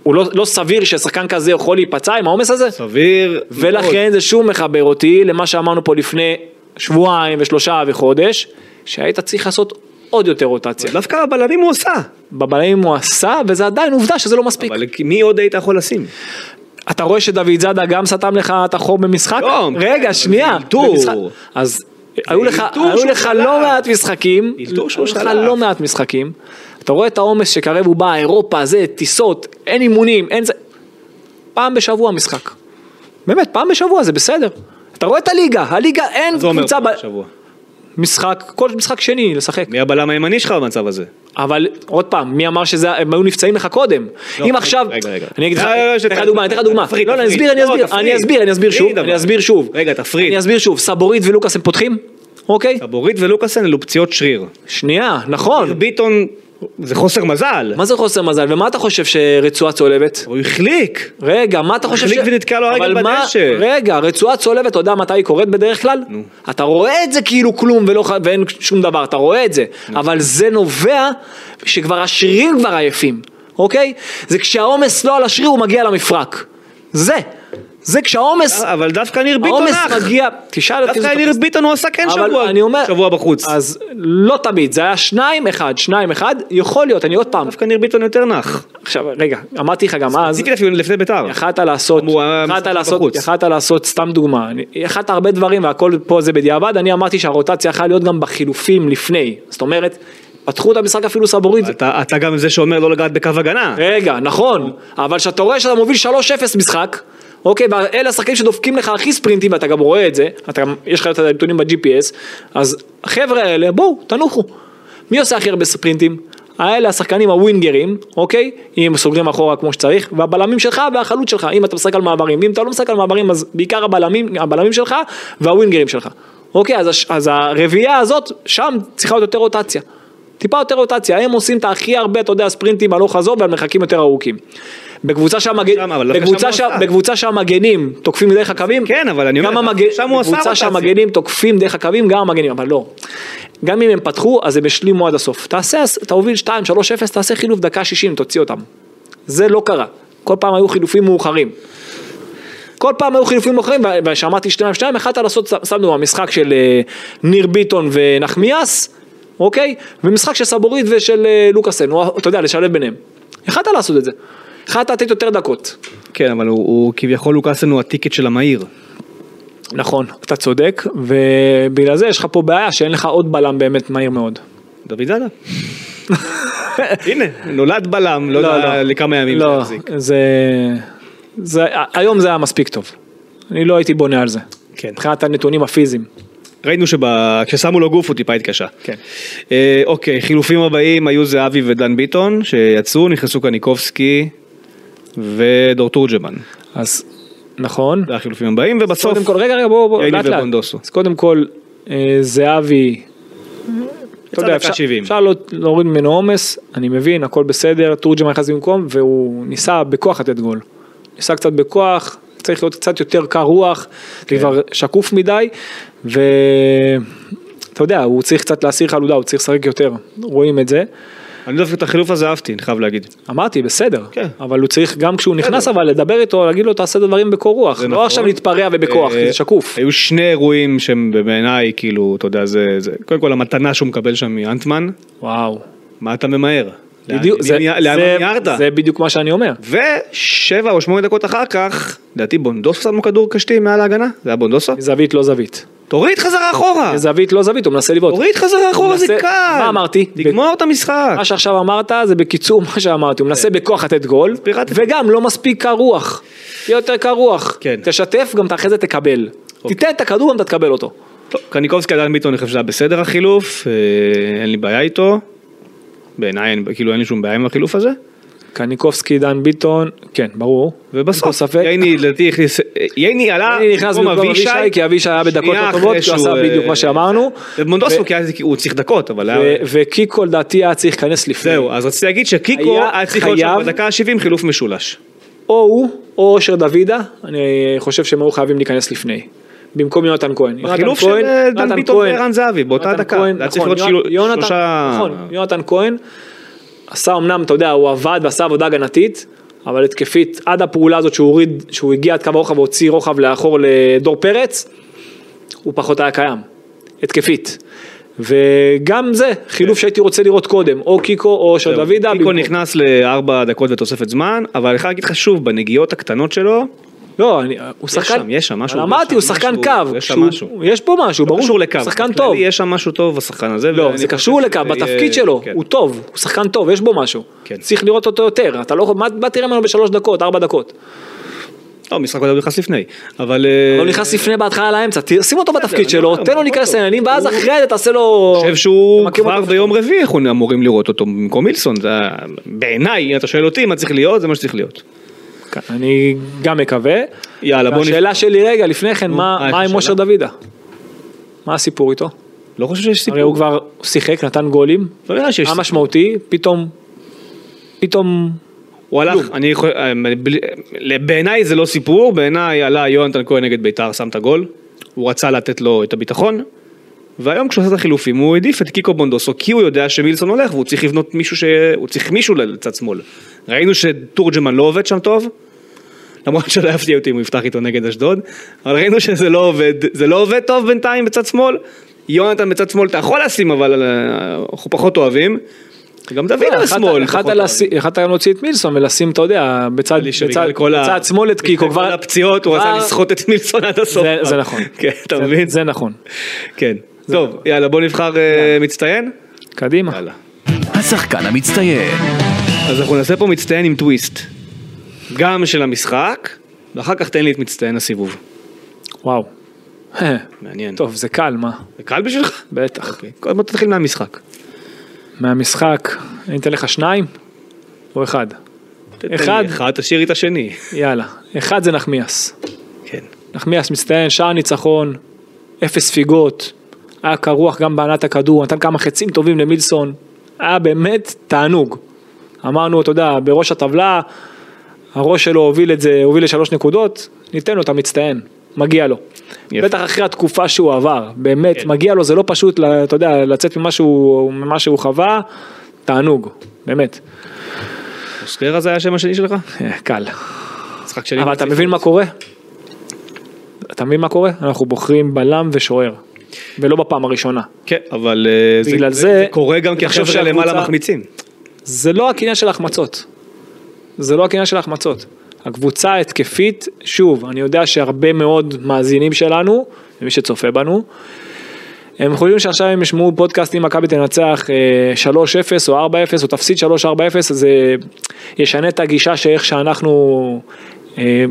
C: הוא לא, לא סביר ששחקן כזה יכול להיפצע עם העומס הזה?
B: סביר. מאוד.
C: ולכן זה שוב מחבר אותי למה שאמרנו פה לפני שבועיים ושלושה וחודש, שהיית צריך לעשות עוד יותר רוטציה.
B: דווקא הבלמים הוא עשה.
C: בבלמים הוא עשה, וזה עדיין עובדה שזה לא מספיק.
B: אבל מי עוד היית יכול לשים?
C: אתה רואה שדוד זאדה גם סתם לך את החור במשחק?
B: לא, כן,
C: רגע, שנייה.
B: אבל זה אלתור.
C: במשחק- אז היו לך,
B: אלתור
C: היו
B: שהוא
C: לך
B: שלף.
C: לא מעט משחקים.
B: אלתור שהוא
C: היו לך
B: שלף.
C: לא מעט משחקים. אתה רואה את העומס שקרב הוא בא, אירופה, זה, טיסות, אין אימונים, אין זה. פעם בשבוע משחק. באמת, פעם בשבוע זה בסדר. אתה רואה את הליגה, הליגה אין
B: מה זה אומר
C: קבוצה, ב...
B: שבוע?
C: משחק, כל משחק שני לשחק.
B: מי הבלם הימני שלך במצב הזה?
C: אבל עוד פעם, מי אמר שזה, הם היו נפצעים לך קודם?
B: לא,
C: אם עכשיו,
B: רגע, רגע.
C: אני אגיד לך,
B: לא, לא, לא,
C: אתן לך
B: שת-
C: דוגמה, אני אתן לך דוגמה,
B: תפריד,
C: לא, לא, אני
B: תפריד.
C: אסביר, אני
B: לא,
C: אסביר,
B: תפריד.
C: אני אסביר, אני אסביר
B: תפריד,
C: שוב,
B: אבל.
C: אני אסביר שוב,
B: רגע, תפריד.
C: אני אסביר שוב, סבורית ולוקאס הם פותחים, אוקיי?
B: סבורית ולוקאסן אלו פציעות שריר.
C: שנייה, נכון,
B: ביטון זה חוסר מזל.
C: מה זה חוסר מזל, ומה אתה חושב שרצועה צולבת?
B: הוא החליק.
C: רגע, מה אתה חושב ש...
B: החליק ונתקע לו הרגל
C: אבל מה-
B: בדשא.
C: רגע, רצועה צולבת, אתה יודע מתי היא קורית בדרך כלל? נו. אתה רואה את זה כאילו כלום ולא, ח- ואין שום דבר, אתה רואה את זה. אבל זה נובע שכבר השרירים כבר עייפים, אוקיי? זה כשהעומס לא על השריר הוא מגיע למפרק. זה. זה כשהעומס...
B: אבל דווקא ניר אה, ביטון
C: העומס
B: אח.
C: מגיע... תשאל אותי...
B: דווקא
C: זאת-
B: ניר ביטון הוא עשה כן
C: אבל
B: שבוע.
C: אני אומר...
B: שבוע בחוץ.
C: אז לא תמיד, זה היה שניים אחד, שניים אחד, יכול להיות, אני עוד פעם...
B: דווקא ניר ביטון יותר נח.
C: עכשיו, רגע, אמרתי לך גם אז...
B: ציפיתי אפילו לפני ביתר.
C: יכלת לעשות,
B: אמרו, המשחק
C: יכלת לעשות,
B: בחוץ.
C: יכלת לעשות, סתם דוגמה, אני- יכלת הרבה דברים והכל פה זה בדיעבד, אני אמרתי שהרוטציה יכלה להיות גם בחילופים לפני, זאת אומרת, פתחו את המשחק אפילו סבורית,
B: אתה אתה גם זה שאומר לא לגעת בקו הגנה.
C: רגע, נכון, אבל כשאתה רואה שאתה מוביל 3-0 משחק, אוקיי, ואלה השחקנים שדופקים לך הכי ספרינטים, ואתה גם רואה את זה, אתה גם, יש לך את הנתונים ב-GPS, אז החבר'ה האלה, בואו, תנוחו. מי עושה הכי הרבה ספרינטים? האלה השחקנים הווינגרים, אוקיי? אם הם סוגרים אחורה כמו שצריך, והבלמים שלך והחלוץ שלך, אם אתה משחק על מעברים, ואם אתה לא משחק על מעברים, אז בעיקר הבלמים, הבלמים שלך והווינגרים שלך. אוקיי, אז, הש- אז הרביעייה הזאת, שם צריכה להיות יותר רוטציה. טיפה יותר רוטציה, הם עושים את הכי הרבה, אתה יודע, ספרינטים הלוך חזור ועל מרחקים יותר ארוכים. בקבוצה שהמגן-
B: שם, אבל לא דווקא שם
C: בקבוצה
B: הוא
C: שה-
B: עשה.
C: בקבוצה שהמגנים תוקפים דרך הקווים,
B: כן, אבל אני אומר,
C: גם
B: דווקא
C: המגן-
B: שם הוא עשה
C: בקבוצה
B: רוטציה.
C: שהמגנים תוקפים דרך הקווים, גם המגנים, אבל לא. גם אם הם פתחו, אז הם השלימו עד הסוף. תעשה, תוביל 2-3-0, תעשה חילוף דקה 60, תוציא אותם. זה לא קרה. כל פעם היו חילופים מאוחרים. כל פעם היו חילופים אחרים, ו- ושמעתי שניים שניים, יכלת לעשות, שם דוגמא, משחק של אה, ניר ביטון ונחמיאס, אוקיי? ומשחק של סבורית ושל אה, לוקאסן, או, אתה יודע, לשלב ביניהם. יכלת לעשות את זה. יכלת לתת יותר דקות.
B: כן, אבל הוא- הוא כביכול לוקאסן הוא הטיקט של המהיר.
C: נכון, אתה צודק, ובגלל זה יש לך פה בעיה שאין לך עוד בלם באמת מהיר מאוד.
B: דוד זאדה. הנה, נולד בלם, לא יודע לכמה ימים
C: לא,
B: להחזיק.
C: זה... זה... היום זה היה מספיק טוב. אני לא הייתי בונה על זה.
B: כן.
C: מבחינת הנתונים הפיזיים.
B: ראינו שכששמו לו גוף הוא טיפה התקשה.
C: כן.
B: אה, אוקיי, חילופים הבאים היו זהבי ודן ביטון, שיצאו, נכנסו קניקובסקי ודור תורג'מן.
C: אז נכון.
B: זה החילופים הבאים,
C: בסוף.
B: ובסוף...
C: קודם כל, רגע, רגע, בואו, בואו,
B: יעני
C: לאט לאט.
B: ובונדוסו.
C: אז קודם כל, אה, זהבי, אתה יודע,
B: דקה
C: אפשר,
B: 70.
C: אפשר לא, להוריד ממנו עומס, אני מבין, הכל בסדר, תורג'מן נכנס במקום, והוא ניסה בכוח לתת גול. ניסה קצת בכוח, צריך להיות קצת יותר קר רוח, זה כבר שקוף מדי, ו... אתה יודע, הוא צריך קצת להסיר חלודה, הוא צריך לשחק יותר, רואים את זה.
B: אני דווקא את החילוף הזה אהבתי, אני חייב להגיד.
C: אמרתי, בסדר,
B: כן.
C: אבל הוא צריך גם כשהוא נכנס, אבל לדבר איתו, להגיד לו, תעשה את הדברים בקור רוח,
B: זה
C: לא
B: נכון.
C: עכשיו להתפרע ובכוח,
B: אה,
C: כי זה שקוף.
B: היו שני אירועים שהם בעיניי, כאילו, אתה יודע, זה... זה- קודם כל המתנה שהוא מקבל שם מאנטמן,
C: וואו.
B: מה אתה ממהר? לאן-
C: בדיוק, זה-
B: לאן- לאן
C: זה-
B: מיהרת?
C: זה בדיוק מה שאני אומר.
B: ושבע או שמונה דקות אחר כך, לדעתי בונדוסו שם לו כדור קשתי מעל ההגנה, זה היה בונדוסו?
C: זווית לא זווית.
B: תוריד חזרה אחורה!
C: זווית לא זווית, הוא מנסה לבעוט.
B: תוריד חזרה אחורה זה
C: מנסה-
B: קל!
C: מה אמרתי?
B: תגמור את המשחק!
C: מה שעכשיו אמרת זה בקיצור מה שאמרתי, הוא מנסה בכוח לתת גול,
B: כן. פירטתי.
C: וגם לא מספיק קר רוח. תהיה יותר קר רוח.
B: כן. אוקיי.
C: תשתף, גם אתה אחרי זה תקבל. תיתן את הכדור, גם אתה תקבל אותו.
B: טוב, קניקובסקי עדיין ביטון, אני חושב שזה היה בסדר החילוף, אה, אין לי בעיה איתו. בעיניי, אין- כאילו אין לי שום בעיה עם החילוף הזה.
C: קניקובסקי, דן ביטון, כן, ברור. אין פה
B: ובסוף,
C: ספק.
B: ייני לדעתי הכניס, ייני עלה
C: אני נכנס במקום אבישי, כי אבישי היה בדקות
B: שנייה
C: לא טובות,
B: אחרי
C: כי הוא
B: שהוא,
C: עשה
B: אה,
C: בדיוק מה שאמרנו.
B: ומונדוסו,
C: ו-
B: כי היה- הוא צריך דקות, אבל היה...
C: ו- וקיקו לדעתי היה צריך להיכנס לפני.
B: אה, זהו, אז רציתי להגיד שקיקו
C: היה
B: היה צריך להיות שם
C: חייב-
B: בדקה ה-70 חילוף משולש.
C: או הוא, או אושר דוידה, אני חושב שהם היו חייבים להיכנס לפני. במקום יונתן כהן. יונתן
B: החילוף של
C: כהן-
B: אה,
C: יונתן
B: דן ביטון
C: כהן-
B: וערן זהבי, באותה
C: יונתן
B: דקה.
C: כהן,
B: היה צריך
C: נכון,
B: להיות שילו-
C: יונתן-
B: שלושה...
C: נכון, יונתן כהן עשה אמנם, אתה יודע, הוא עבד ועשה עבודה הגנתית, אבל התקפית, עד הפעולה הזאת שהוא הוריד, שהוא הגיע עד קו הרוחב והוציא רוחב לאחור לדור פרץ, הוא פחות היה קיים, התקפית. וגם זה חילוף שהייתי רוצה לראות קודם, או קיקו או אושר
B: כן. זהו,
C: דוידה.
B: קיקו
C: במקום-
B: נכנס לארבע דקות ותוספת זמן, אבל אני חייב להגיד לך שוב, בנגיעות הקטנות שלו,
C: לא, אני, הוא שחקן,
B: שם, יש שם משהו,
C: אבל
B: יש
C: אמרתי,
B: שם
C: הוא שחקן
B: משהו,
C: קו,
B: יש שם
C: כשהוא-
B: משהו.
C: יש פה משהו,
B: לא
C: ברור,
B: קשור לקו.
C: הוא שחקן
B: בכללי
C: טוב,
B: יש שם משהו טוב בשחקן הזה.
C: לא,
B: ואני
C: זה
B: חושב
C: קשור
B: שזה
C: לקו,
B: יהיה-
C: בתפקיד שלו,
B: כן.
C: הוא טוב, הוא שחקן טוב, יש בו משהו,
B: כן.
C: צריך לראות אותו יותר, אתה לא, מה מה תראה ממנו בשלוש דקות, ארבע דקות,
B: אה, לא, משחק עוד נכנס לפני, אבל... אה,
C: אבל הוא לא נכנס לפני בהתחלה לאמצע, ת- שים אותו בתפקיד
B: אני
C: שלו,
B: אומר,
C: תן לו
B: הוא
C: להיכנס
B: טוב.
C: לעניינים, ואז
B: הוא-
C: אחרי זה תעשה לו,
B: אני חושב שהוא
C: תמקם אותו
B: כבר ביום רביעי אנחנו אמורים לראות אותו במקום מילסון, זה ה- בעיניי, אתה שואל אותי מה צריך להיות, זה מה שצריך להיות.
C: כן, אני גם מקווה,
B: יאללה, בוא
C: השאלה שלי רגע, לפני כן, מה
B: אה,
C: מה עם
B: שאלה?
C: אושר דוידה? מה הסיפור איתו?
B: לא חושב שיש
C: הרי הוא
B: סיפור.
C: כבר שיחק, נתן גולים,
B: לא נראה שיש
C: היה
B: סיפור.
C: משמעותי, פתאום, פתאום,
B: הוא הלך, אני יכול... אה, בלי- ל- בעיניי זה לא סיפור, בעיניי עלה יונתן כהן נגד ביתר, שם את הגול, הוא רצה לתת לו את הביטחון, והיום כשהוא עשה את החילופים הוא העדיף את קיקו בונדוסו, כי הוא יודע שמילסון הולך והוא צריך לבנות מישהו ש... הוא צריך מישהו לצד שמאל. ראינו שתורג'מן לא עובד שם טוב, למרות שלא יפתיע אותי אם הוא יפתח איתו נגד אשדוד, אבל ראינו שזה לא עובד, זה לא עובד טוב בינתיים בצד שמאל, יונתן בצד שמאל אתה יכול לשים אבל אה, אנחנו פחות אוהבים, גם דוד על
C: יכלת-
B: שמאל.
C: יכלת
B: פחות
C: להסי- יכלת גם להוציא את מילסון ולשים, אתה יודע, בצד בצד-
B: שבגלל כל ה-
C: בצד שמאל את קיקו,
B: בגלל כל
C: כבר,
B: הפציעות הוא
C: כבר-
B: רצה לסחוט את מילסון עד הסוף.
C: זה- זה נכון.
B: כן, אתה
C: זה-
B: מבין?
C: זה נכון.
B: כן. טוב, יאללה בוא נבחר אה, מצטיין.
C: קדימה.
B: יאללה.
A: השחקן המצטיין.
B: אז אנחנו נעשה פה מצטיין עם טוויסט. גם של המשחק, ואחר כך תן לי את מצטיין הסיבוב.
C: וואו.
B: מעניין.
C: טוב, זה קל, מה?
B: זה קל בשבילך? אוקיי.
C: בטח.
B: קודם כל תתחיל מהמשחק.
C: מהמשחק, אני אתן לך שניים או אחד?
B: תן לי
C: אחד.
B: אחד, תשאירי את השני.
C: יאללה. אחד זה נחמיאס.
B: כן.
C: נחמיאס מצטיין, שער ניצחון, אפס ספיגות, היה קר רוח גם בענת הכדור, נתן כמה חצים טובים למילסון, היה באמת תענוג. אמרנו, אתה יודע, בראש הטבלה, הראש שלו הוביל את זה, הוביל לשלוש נקודות, ניתן לו את המצטיין, מגיע לו.
B: יפה.
C: בטח אחרי התקופה שהוא עבר, באמת, מגיע לו, זה לא פשוט, ל- אתה יודע, לצאת ממה שהוא, ממה שהוא חווה, תענוג, באמת,
B: אוסקרה זה היה השם השני שלך?
C: אה, קל.
B: משחק שני.
C: אבל אתה מבין מה קורה? אתה מבין מה קורה? אנחנו בוחרים בלם ושוער, ולא בפעם הראשונה.
B: כן, אבל אה, זה-
C: בגלל
B: זה-
C: זה-
B: זה קורה גם כי
C: תחשוב
B: עכשיו שלמעלה
C: שהקבוצה-
B: מחמיצים.
C: זה לא רק עניין של החמצות. זה לא רק עניין של החמצות. הקבוצה ההתקפית, שוב, אני יודע שהרבה מאוד מאזינים שלנו, ומי שצופה בנו, הם חושבים שעכשיו הם ישמעו פודקאסט אם מכבי תנצח אה, 3-0 או 4-0 או תפסיד 3-4-0, זה ישנה את הגישה שאיך שאנחנו, אה,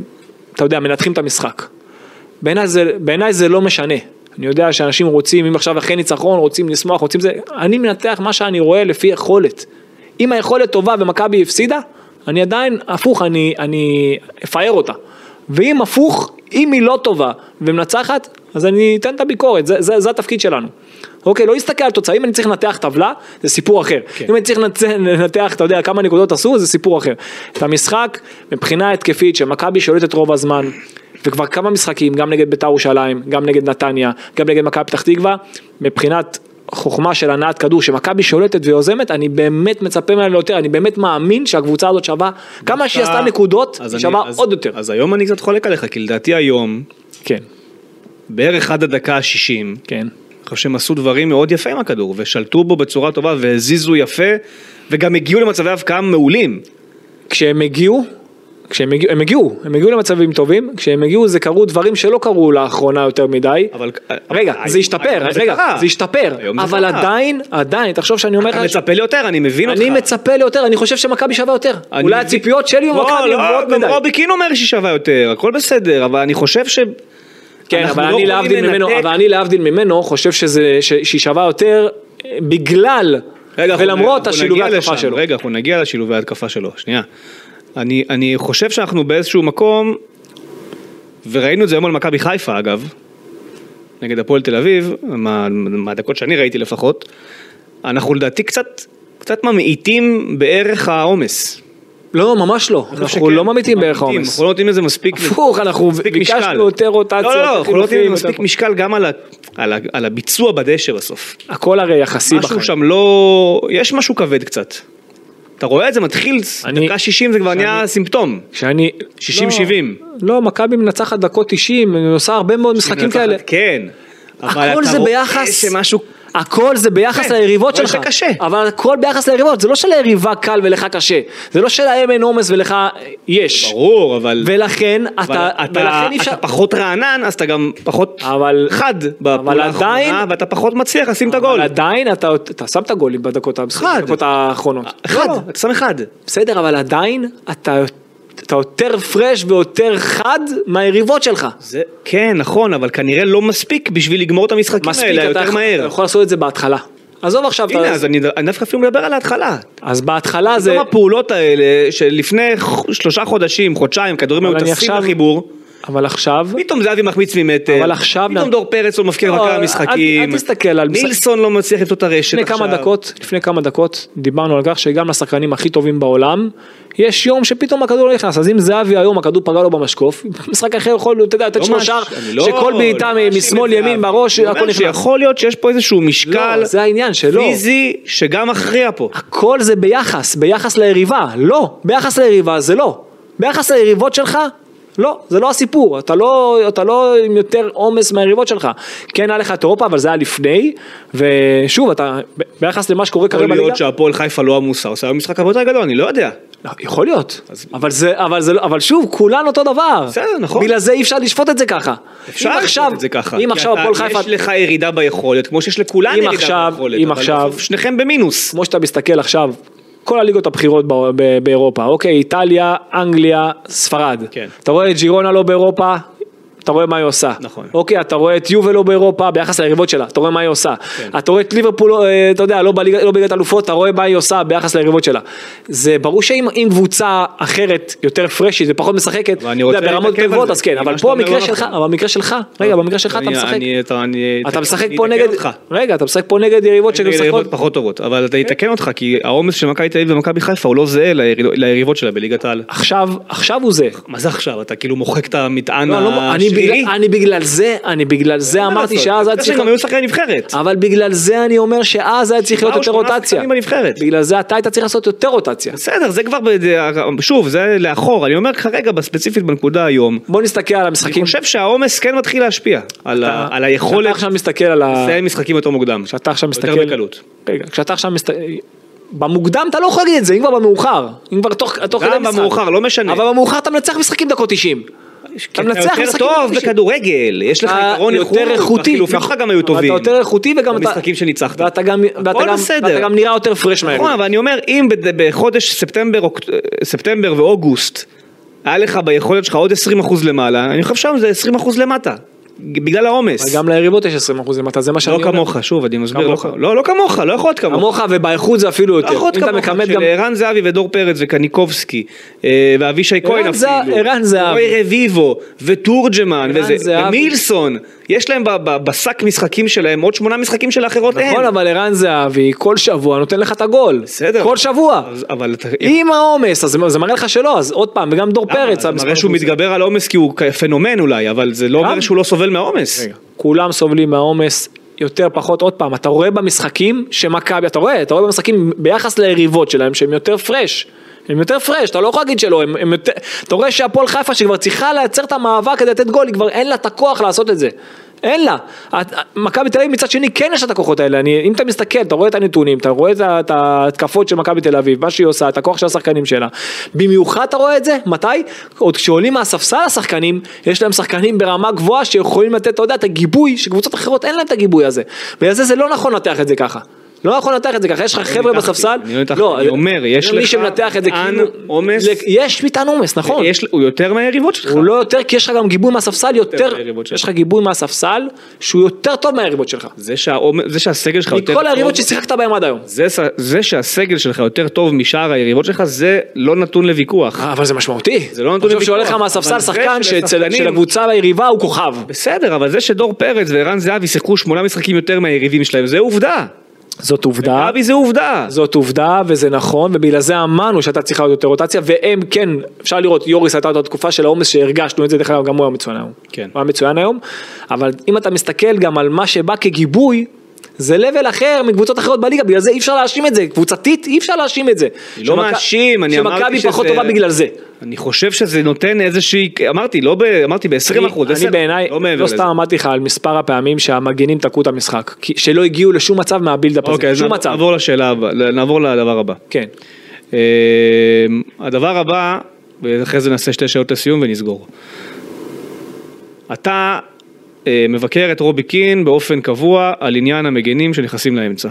C: אתה יודע, מנתחים את המשחק. בעיניי זה, בעיני זה לא משנה. אני יודע שאנשים רוצים, אם עכשיו אחרי ניצחון, רוצים לשמוח, רוצים זה, אני מנתח מה שאני רואה לפי יכולת. אם היכולת טובה ומכבי הפסידה, אני עדיין, הפוך, אני, אני אפאר אותה. ואם הפוך, אם היא לא טובה ומנצחת, אז אני אתן את הביקורת, זה, זה, זה התפקיד שלנו. אוקיי, לא להסתכל על תוצאה, אם אני צריך לנתח טבלה, זה סיפור אחר. כן. אם אני צריך לנצ- לנתח, אתה יודע, כמה נקודות עשו, זה סיפור אחר. את המשחק, מבחינה התקפית, שמכבי שולטת רוב הזמן, וכבר כמה משחקים, גם נגד בית"ר ירושלים, גם נגד נתניה, גם נגד מכבי פתח תקווה, מבחינת חוכמה של הנעת כדור, שמכבי שולטת ויוזמת, אני באמת מצפה ממנה ליותר, אני באמת מאמין שהקבוצה הזאת שווה, כמה שהיא עשתה נקודות,
B: אז
C: היא
B: אני-
C: שווה
B: אז-
C: עוד יותר.
B: אז היום אני קצת חולק עליך, כי לדעתי היום,
C: כן,
B: בערך עד הדקה ה-60,
C: כן.
B: אני חושב שהם עשו דברים מאוד יפה עם הכדור, ושלטו בו בצורה טובה, והזיזו יפה, וגם הגיעו למצבי הבקעה מעולים.
C: כשהם הגיעו, כשהם הגיעו, הם הגיעו, הם הגיעו למצבים טובים, כשהם הגיעו זה קרו דברים שלא קרו לאחרונה יותר מדי.
B: אבל... אה,
C: רגע,
B: אבל-
C: זה השתפר,
B: אבל
C: רגע,
B: קרה.
C: זה השתפר,
B: היום זה
C: אבל
B: קרה.
C: עדיין, עדיין, תחשוב שאני אומר
B: אתה
C: לך, ש-
B: מצפה ליותר, אני מבין אותך.
C: אני מצפה ליותר, אני חושב שמכבי שווה יותר,
B: אני
C: אולי
B: מבין-
C: הציפיות שלי
B: לא,
C: ממכבי
B: לא,
C: הן גבוהות
B: גם
C: מדי.
B: רובי קין אומר שהיא שווה יותר, הכל בסדר, אבל אני חושב ש...
C: כן,
B: אנחנו
C: אבל
B: לא
C: אני להבדיל
B: יכולים
C: ממנו,
B: לנתק.
C: אבל אני להבדיל ממנו, חושב שזה, ש- שהיא שווה יותר אה, בגלל,
B: רגע, אנחנו-
C: ולמרות
B: אנחנו
C: השילובי
B: נגיע
C: ההתקפה
B: לשם,
C: שלו.
B: רגע, אנחנו נגיע לשילובי ההתקפה שלו, שנייה. אני, אני חושב שאנחנו באיזשהו מקום, וראינו את זה היום על מכבי חיפה אגב, נגד הפועל תל אביב, מה- מהדקות שאני ראיתי לפחות, אנחנו לדעתי קצת, קצת ממעיטים בערך העומס.
C: לא, ממש לא, אנחנו לא ממיתים בערך העומס.
B: אנחנו לא נותנים לזה מספיק...
C: הפוך, אנחנו
B: מספיק משקל.
C: ביקשנו יותר רוטציות,
B: לא, לא, לא, אנחנו לא נותנים
C: חילופים,
B: לזה מספיק
C: יותר-
B: משקל גם על ה- על ה- על הביצוע בדשא בסוף.
C: הכל הרי יחסי בחיים.
B: משהו שם לא... יש משהו כבד קצת. אתה רואה את זה מתחיל,
C: אני-
B: דקה 60 זה כבר נהיה סימפטום.
C: שאני...
B: 60,
C: לא,
B: 70.
C: לא, מכבי מנצחת דקות 90, היא עושה הרבה מאוד משחקים
B: מנצחת,
C: כאלה.
B: כן. אבל
C: הכל
B: אתה
C: זה
B: רואה
C: ביחס.
B: שמשהו...
C: הכל זה ביחס
B: כן,
C: ליריבות
B: אבל
C: שלך.
B: זה קשה.
C: אבל הכל ביחס ליריבות, זה לא שליריבה קל ולך קשה. זה לא שלהם אין עומס ולך יש.
B: ברור, אבל...
C: ולכן
B: אבל
C: אתה... ולכן אי אפשר...
B: אתה פחות רענן, אז אתה גם פחות
C: אבל-
B: חד בפעולה
C: עדיין-
B: האחרונה, ואתה פחות מצליח לשים את הגול.
C: אבל עדיין אתה, אתה שם את הגולים בדקות המשחק,
B: אחד. אה,
C: בדקות האחרונות.
B: אחד,
C: לא,
B: אתה שם אחד.
C: בסדר, אבל עדיין אתה, אתה יותר פרש ויותר חד מהיריבות שלך.
B: זה, כן, נכון, אבל כנראה לא מספיק בשביל לגמור את המשחקים
C: מספיק,
B: האלה
C: אתה,
B: כן, יותר
C: יכול- אתה
B: מהר.
C: יכול לעשות את זה בהתחלה. עזוב עכשיו,
B: הנה,
C: אתה,
B: אז אני אני דווקא אפילו מדבר על ההתחלה.
C: אז בהתחלה
B: זה...
C: זה...
B: גם הפעולות האלה שלפני ח- שלושה חודשים, חודשיים, כדורים היו
C: אבל אני
B: טסים
C: עכשיו-
B: לחיבור,
C: אבל עכשיו...
B: פתאום זהבי מחמיץ ממטר,
C: אבל עכשיו-
B: פתאום דור פרץ לא מפקיע
C: לא,
B: בכמה
C: אל-
B: משחקים,
C: אל תסתכל על משחק-
B: נילסון לא מצליח למצוא את הרשת
C: לפני
B: עכשיו,
C: כמה דקות, לפני כמה דקות דיברנו על כך שגם לשחקנים הכי טובים בעולם יש יום שפתאום הכדור לא נכנס אז אם זהבי היום הכדור פגע לו במשקוף משחק אחר יכול לתת לתת
B: לא
C: שלו
B: מאש-
C: שער
B: אני לא-
C: שכל
B: לא
C: בעיטה
B: מאשים את
C: משמאל
B: זהבי.
C: ימין בראש
B: אני אומר
C: הכל נכנס.
B: שיכול להיות שיש פה איזשהו משקל,
C: לא, זה העניין אה, שלא.
B: פיזי שגם מכריע פה,
C: הכל זה ביחס, ביחס ליריבה, לא, ביחס ליריבה זה לא, ביחס ליריבות שלך, לא, זה לא הסיפור, אתה לא, אתה לא עם יותר עומס מהיריבות שלך, כן היה לך את אירופה אבל זה היה לפני, ושוב אתה, ב- ביחס למה שקורה כרגע
B: יכול
C: בליגה,
B: להיות שהפועל חיפה לא עמוסה, עושה היום משחק הרבה יותר גדול, אני לא יודע,
C: לא, יכול להיות,
B: אז-
C: אבל זה, אבל זה, לא- אבל שוב כולן אותו דבר,
B: בסדר, נכון.
C: בגלל זה אי אפשר לשפוט את זה ככה,
B: אפשר
C: אם
B: לעשות
C: עכשיו,
B: את זה ככה,
C: אם
B: כי
C: עכשיו
B: אתה-
C: הפועל חיפה,
B: יש לך ירידה ביכולת, כמו שיש לכולם
C: אם
B: ירידה
C: עכשיו-
B: ביכולת,
C: אם
B: אבל
C: עכשיו-
B: בסוף שניכם במינוס,
C: כמו שאתה מסתכל עכשיו, כל הליגות הבכירות בא- ב- באירופה, אוקיי, איטליה, אנגליה, ספרד.
B: כן.
C: אתה רואה את ג'ירונה לא באירופה, אתה רואה מה היא עושה.
B: נכון.
C: אוקיי, אתה רואה את יובל לא באירופה, ביחס ליריבות שלה, אתה רואה מה היא עושה.
B: כן.
C: אתה רואה את ליברפול, לא- אה, אתה יודע, לא בליגה- לא בליגת אלופות, אתה רואה מה היא עושה ביחס ליריבות שלה. זה ברור שאם אם קבוצה אחרת, יותר פרשית ופחות משחקת,
B: אבל אני
C: אתה יודע,
B: רוצה
C: ברמות
B: להתעכב על
C: גבוהות,
B: זה,
C: אז כן,
B: כי
C: אבל
B: מה שאתה
C: פה
B: אומר
C: במקרה
B: לא
C: שלך,
B: נכון.
C: אבל במקרה שלך, רגע, במקרה שלך אתה
B: אני-
C: משחק.
B: אני- אתה אני-
C: אתה משחק
B: אני
C: פה
B: אתקן
C: נגד,
B: אותך.
C: רגע, אתה משחק פה נגד יריבות
B: נגד
C: שמשחקות
B: יריבות פחות טובות, אבל אתה יתקן אותך, כי העומס של מכבי תל אביב ומכבי חיפה הוא לא זהה ליריד- ליריבות שלה בליגת העל.
C: עכשיו, עכשיו הוא זה.
B: מה זה עכשיו? אתה כאילו מוחק את המטען
C: לא, לא, אני,
B: השלילי?
C: בגלל, אני בגלל זה, אני בגלל זה
B: אין מה
C: אמרתי
B: לעשות.
C: שאז אה.
B: זה
C: היה צריך...
B: שהם גם היו שחקני נבחרת.
C: אבל בגלל זה אני אומר שאז היה צריך
B: שבעה
C: להיות
B: או
C: יותר
B: שמונה
C: רוטציה.
B: שחקנים בנבחרת.
C: בגלל זה אתה היית צריך לעשות יותר רוטציה.
B: בסדר, זה כבר, ב- שוב, זה לאחור, אני אומר כרגע בספציפית בנקודה היום,
C: בוא נסתכל על
B: אני
C: המשחקים.
B: חושב שהעומס כן מתחיל להשפיע על ה- על
C: כשאתה
B: היכולת
C: עכשיו מסתכל על ה...
B: לסיים משחקים יותר מוקדם.
C: כשאתה עכשיו מסתכל...
B: יותר בקלות.
C: רגע, כשאתה עכשיו מסתכל... במוקדם אתה לא יכול להגיד את זה, אם כבר במאוחר. אם כבר תוך תוך
B: גם
C: כדי משחק.
B: במאוחר, לא משנה.
C: אבל במאוחר אתה מנצח משחקים דקות 90. אתה
B: כי
C: מנצח
B: כן, יותר
C: משחקים
B: טוב
C: דקות 90.
B: בכדורגל, יש לך
C: אתה
B: יתרון
C: אה, יותר
B: איכות,
C: איכותי,
B: החילופים
C: נכון.
B: שלך גם היו
C: אבל
B: טובים.
C: אתה יותר איכותי וגם אתה...
B: במשחקים שניצחת.
C: ואתה גם, ואתה
B: הכל
C: גם,
B: בסדר.
C: ואתה גם נראה יותר פרש מהר.
B: נכון, אבל אני אומר, אם בד- בחודש ספטמבר, אוק- ספטמבר ואוגוסט, היה לך ביכולת שלך עוד 20% למעלה, אני חושב שהיום זה 20% למטה. בגלל העומס.
C: גם ליריבות יש 20 אחוז למטה, זה מה שאני
B: לא
C: אומר.
B: כמוך, שוב, אני מסביר, לא
C: כמוך.
B: כ- לא לא כמוך, לא יכול להיות כמוך.
C: כמוך ובאיכות זה אפילו יותר.
B: לא יכול להיות
C: אם אתה
B: כמוך,
C: מכמת
B: של
C: גם...
B: ערן זהבי ודור פרץ וקניקובסקי, אה, ואבישי כהן
C: זה-
B: אפילו.
C: ערן זהבי.
B: רוי רביבו, ותורג'מן,
C: ערן
B: וזה,
C: זהבי.
B: ומילסון, יש להם ב- ב- בשק משחקים שלהם עוד שמונה משחקים שלאחרות אין.
C: נכון, אבל ערן זהבי כל שבוע נותן לך את הגול.
B: בסדר.
C: כל שבוע.
B: אז- אבל אתה...
C: עם העומס, אז זה- זה מראה לך שלא, אז עוד פעם, וגם דור
B: למה?
C: פרץ.
B: זה
C: המספר
B: מראה שהוא
C: הוא-
B: מתגבר על עומס כי הוא כ- פנומן אולי, אבל זה לא אומר שהוא לא סובל מהעומס.
C: רגע. כולם סובלים מהעומס. יותר פחות, עוד פעם, אתה רואה במשחקים שמכבי, אתה רואה, אתה רואה במשחקים ביחס ליריבות שלהם שהם יותר פרש. הם יותר פרש, אתה לא יכול להגיד שלא, הם, הם יותר, אתה רואה שהפועל חיפה שכבר צריכה לייצר את המאבק כדי לתת גול, היא כבר אין לה את הכוח לעשות את זה. אין לה. את- מכבי תל אביב מצד שני כן יש לה את הכוחות האלה, אני, אם אתה מסתכל, אתה רואה את הנתונים, אתה רואה את ה- את ההתקפות של מכבי תל אביב, מה שהיא עושה, את הכוח של השחקנים שלה. במיוחד אתה רואה את זה, מתי? עוד כשעולים מהספסל השחקנים, יש להם שחקנים ברמה גבוהה שיכולים לתת, אתה יודע, את הגיבוי, שקבוצות אחרות אין להם את הגיבוי הזה. בגלל זה זה לא נכון לנתח את זה ככה. לא נכון לנתח את זה ככה, יש לך חבר'ה
B: ניתחתי,
C: בספסל,
B: אני לא ניתחתי, אני אומר, יש
C: מי
B: לך
C: שמנתח את זה
B: מטען
C: כאילו,
B: עומס.
C: לק- יש מטען עומס, נכון,
B: יש- הוא יותר מהיריבות שלך.
C: הוא לא יותר, כי יש לך גם גיבוי מהספסל יותר,
B: מהיריבות שלך.
C: יש לך גיבוי מהספסל שהוא יותר טוב מהיריבות שלך,
B: זה שהעומס- זה שהסגל שלך יותר...
C: מכל היריבות
B: טוב-
C: ששיחקת בהם עד היום.
B: זה, ש- זה שהסגל שלך יותר טוב משאר היריבות שלך, זה לא נתון לוויכוח.
C: אה, אבל זה משמעותי.
B: זה לא נתון
C: אני חושב שעולה לך
B: לוויכוח,
C: מהספסל
B: אבל זה
C: שחקן
B: של
C: שאצל-
B: השחקנים-
C: של הקבוצה היריבה הוא כוכב.
B: בסדר, אבל זה שדור פרץ וערן זהבי שיחקו שמונה משחקים יותר מהיריבים שלהם, זה
C: אה?
B: עובדה.
C: זאת עובדה.
B: אבי זה עובדה.
C: זאת עובדה וזה נכון ובגלל זה אמרנו שאתה צריכה עוד יותר רוטציה והם כן אפשר לראות יוריס הייתה אותה תקופה של העומס שהרגשנו את זה דרך אגב גם הוא היה מצוין היום.
B: כן.
C: הוא היה מצוין היום אבל אם אתה מסתכל גם על מה שבא כגיבוי זה לבל אחר מקבוצות אחרות בליגה בגלל זה אי אפשר להאשים את זה קבוצתית אי אפשר להאשים את זה.
B: אני לא
C: שמכ-
B: מאשים, אני אמרתי
C: שמכבי
B: שזה-
C: פחות טובה בגלל זה.
B: אני חושב שזה נותן איזושהי, אמרתי, לא ב... אמרתי ב-20 אחוז,
C: אני בעיניי,
B: לא מעבר
C: לא
B: לזה.
C: סתם אמרתי לך על מספר הפעמים שהמגנים תקעו את המשחק, כי- שלא הגיעו לשום מצב מהבילדאפ
B: אוקיי,
C: הזה,
B: אז
C: שום
B: נעבור-
C: מצב.
B: נעבור לשאלה הבאה, נעבור לדבר הבא.
C: כן.
B: אמ, הדבר הבא, ואחרי זה נעשה שתי שאלות לסיום ונסגור. אתה אה, מבקר את רובי קין באופן קבוע על עניין המגנים שנכנסים לאמצע.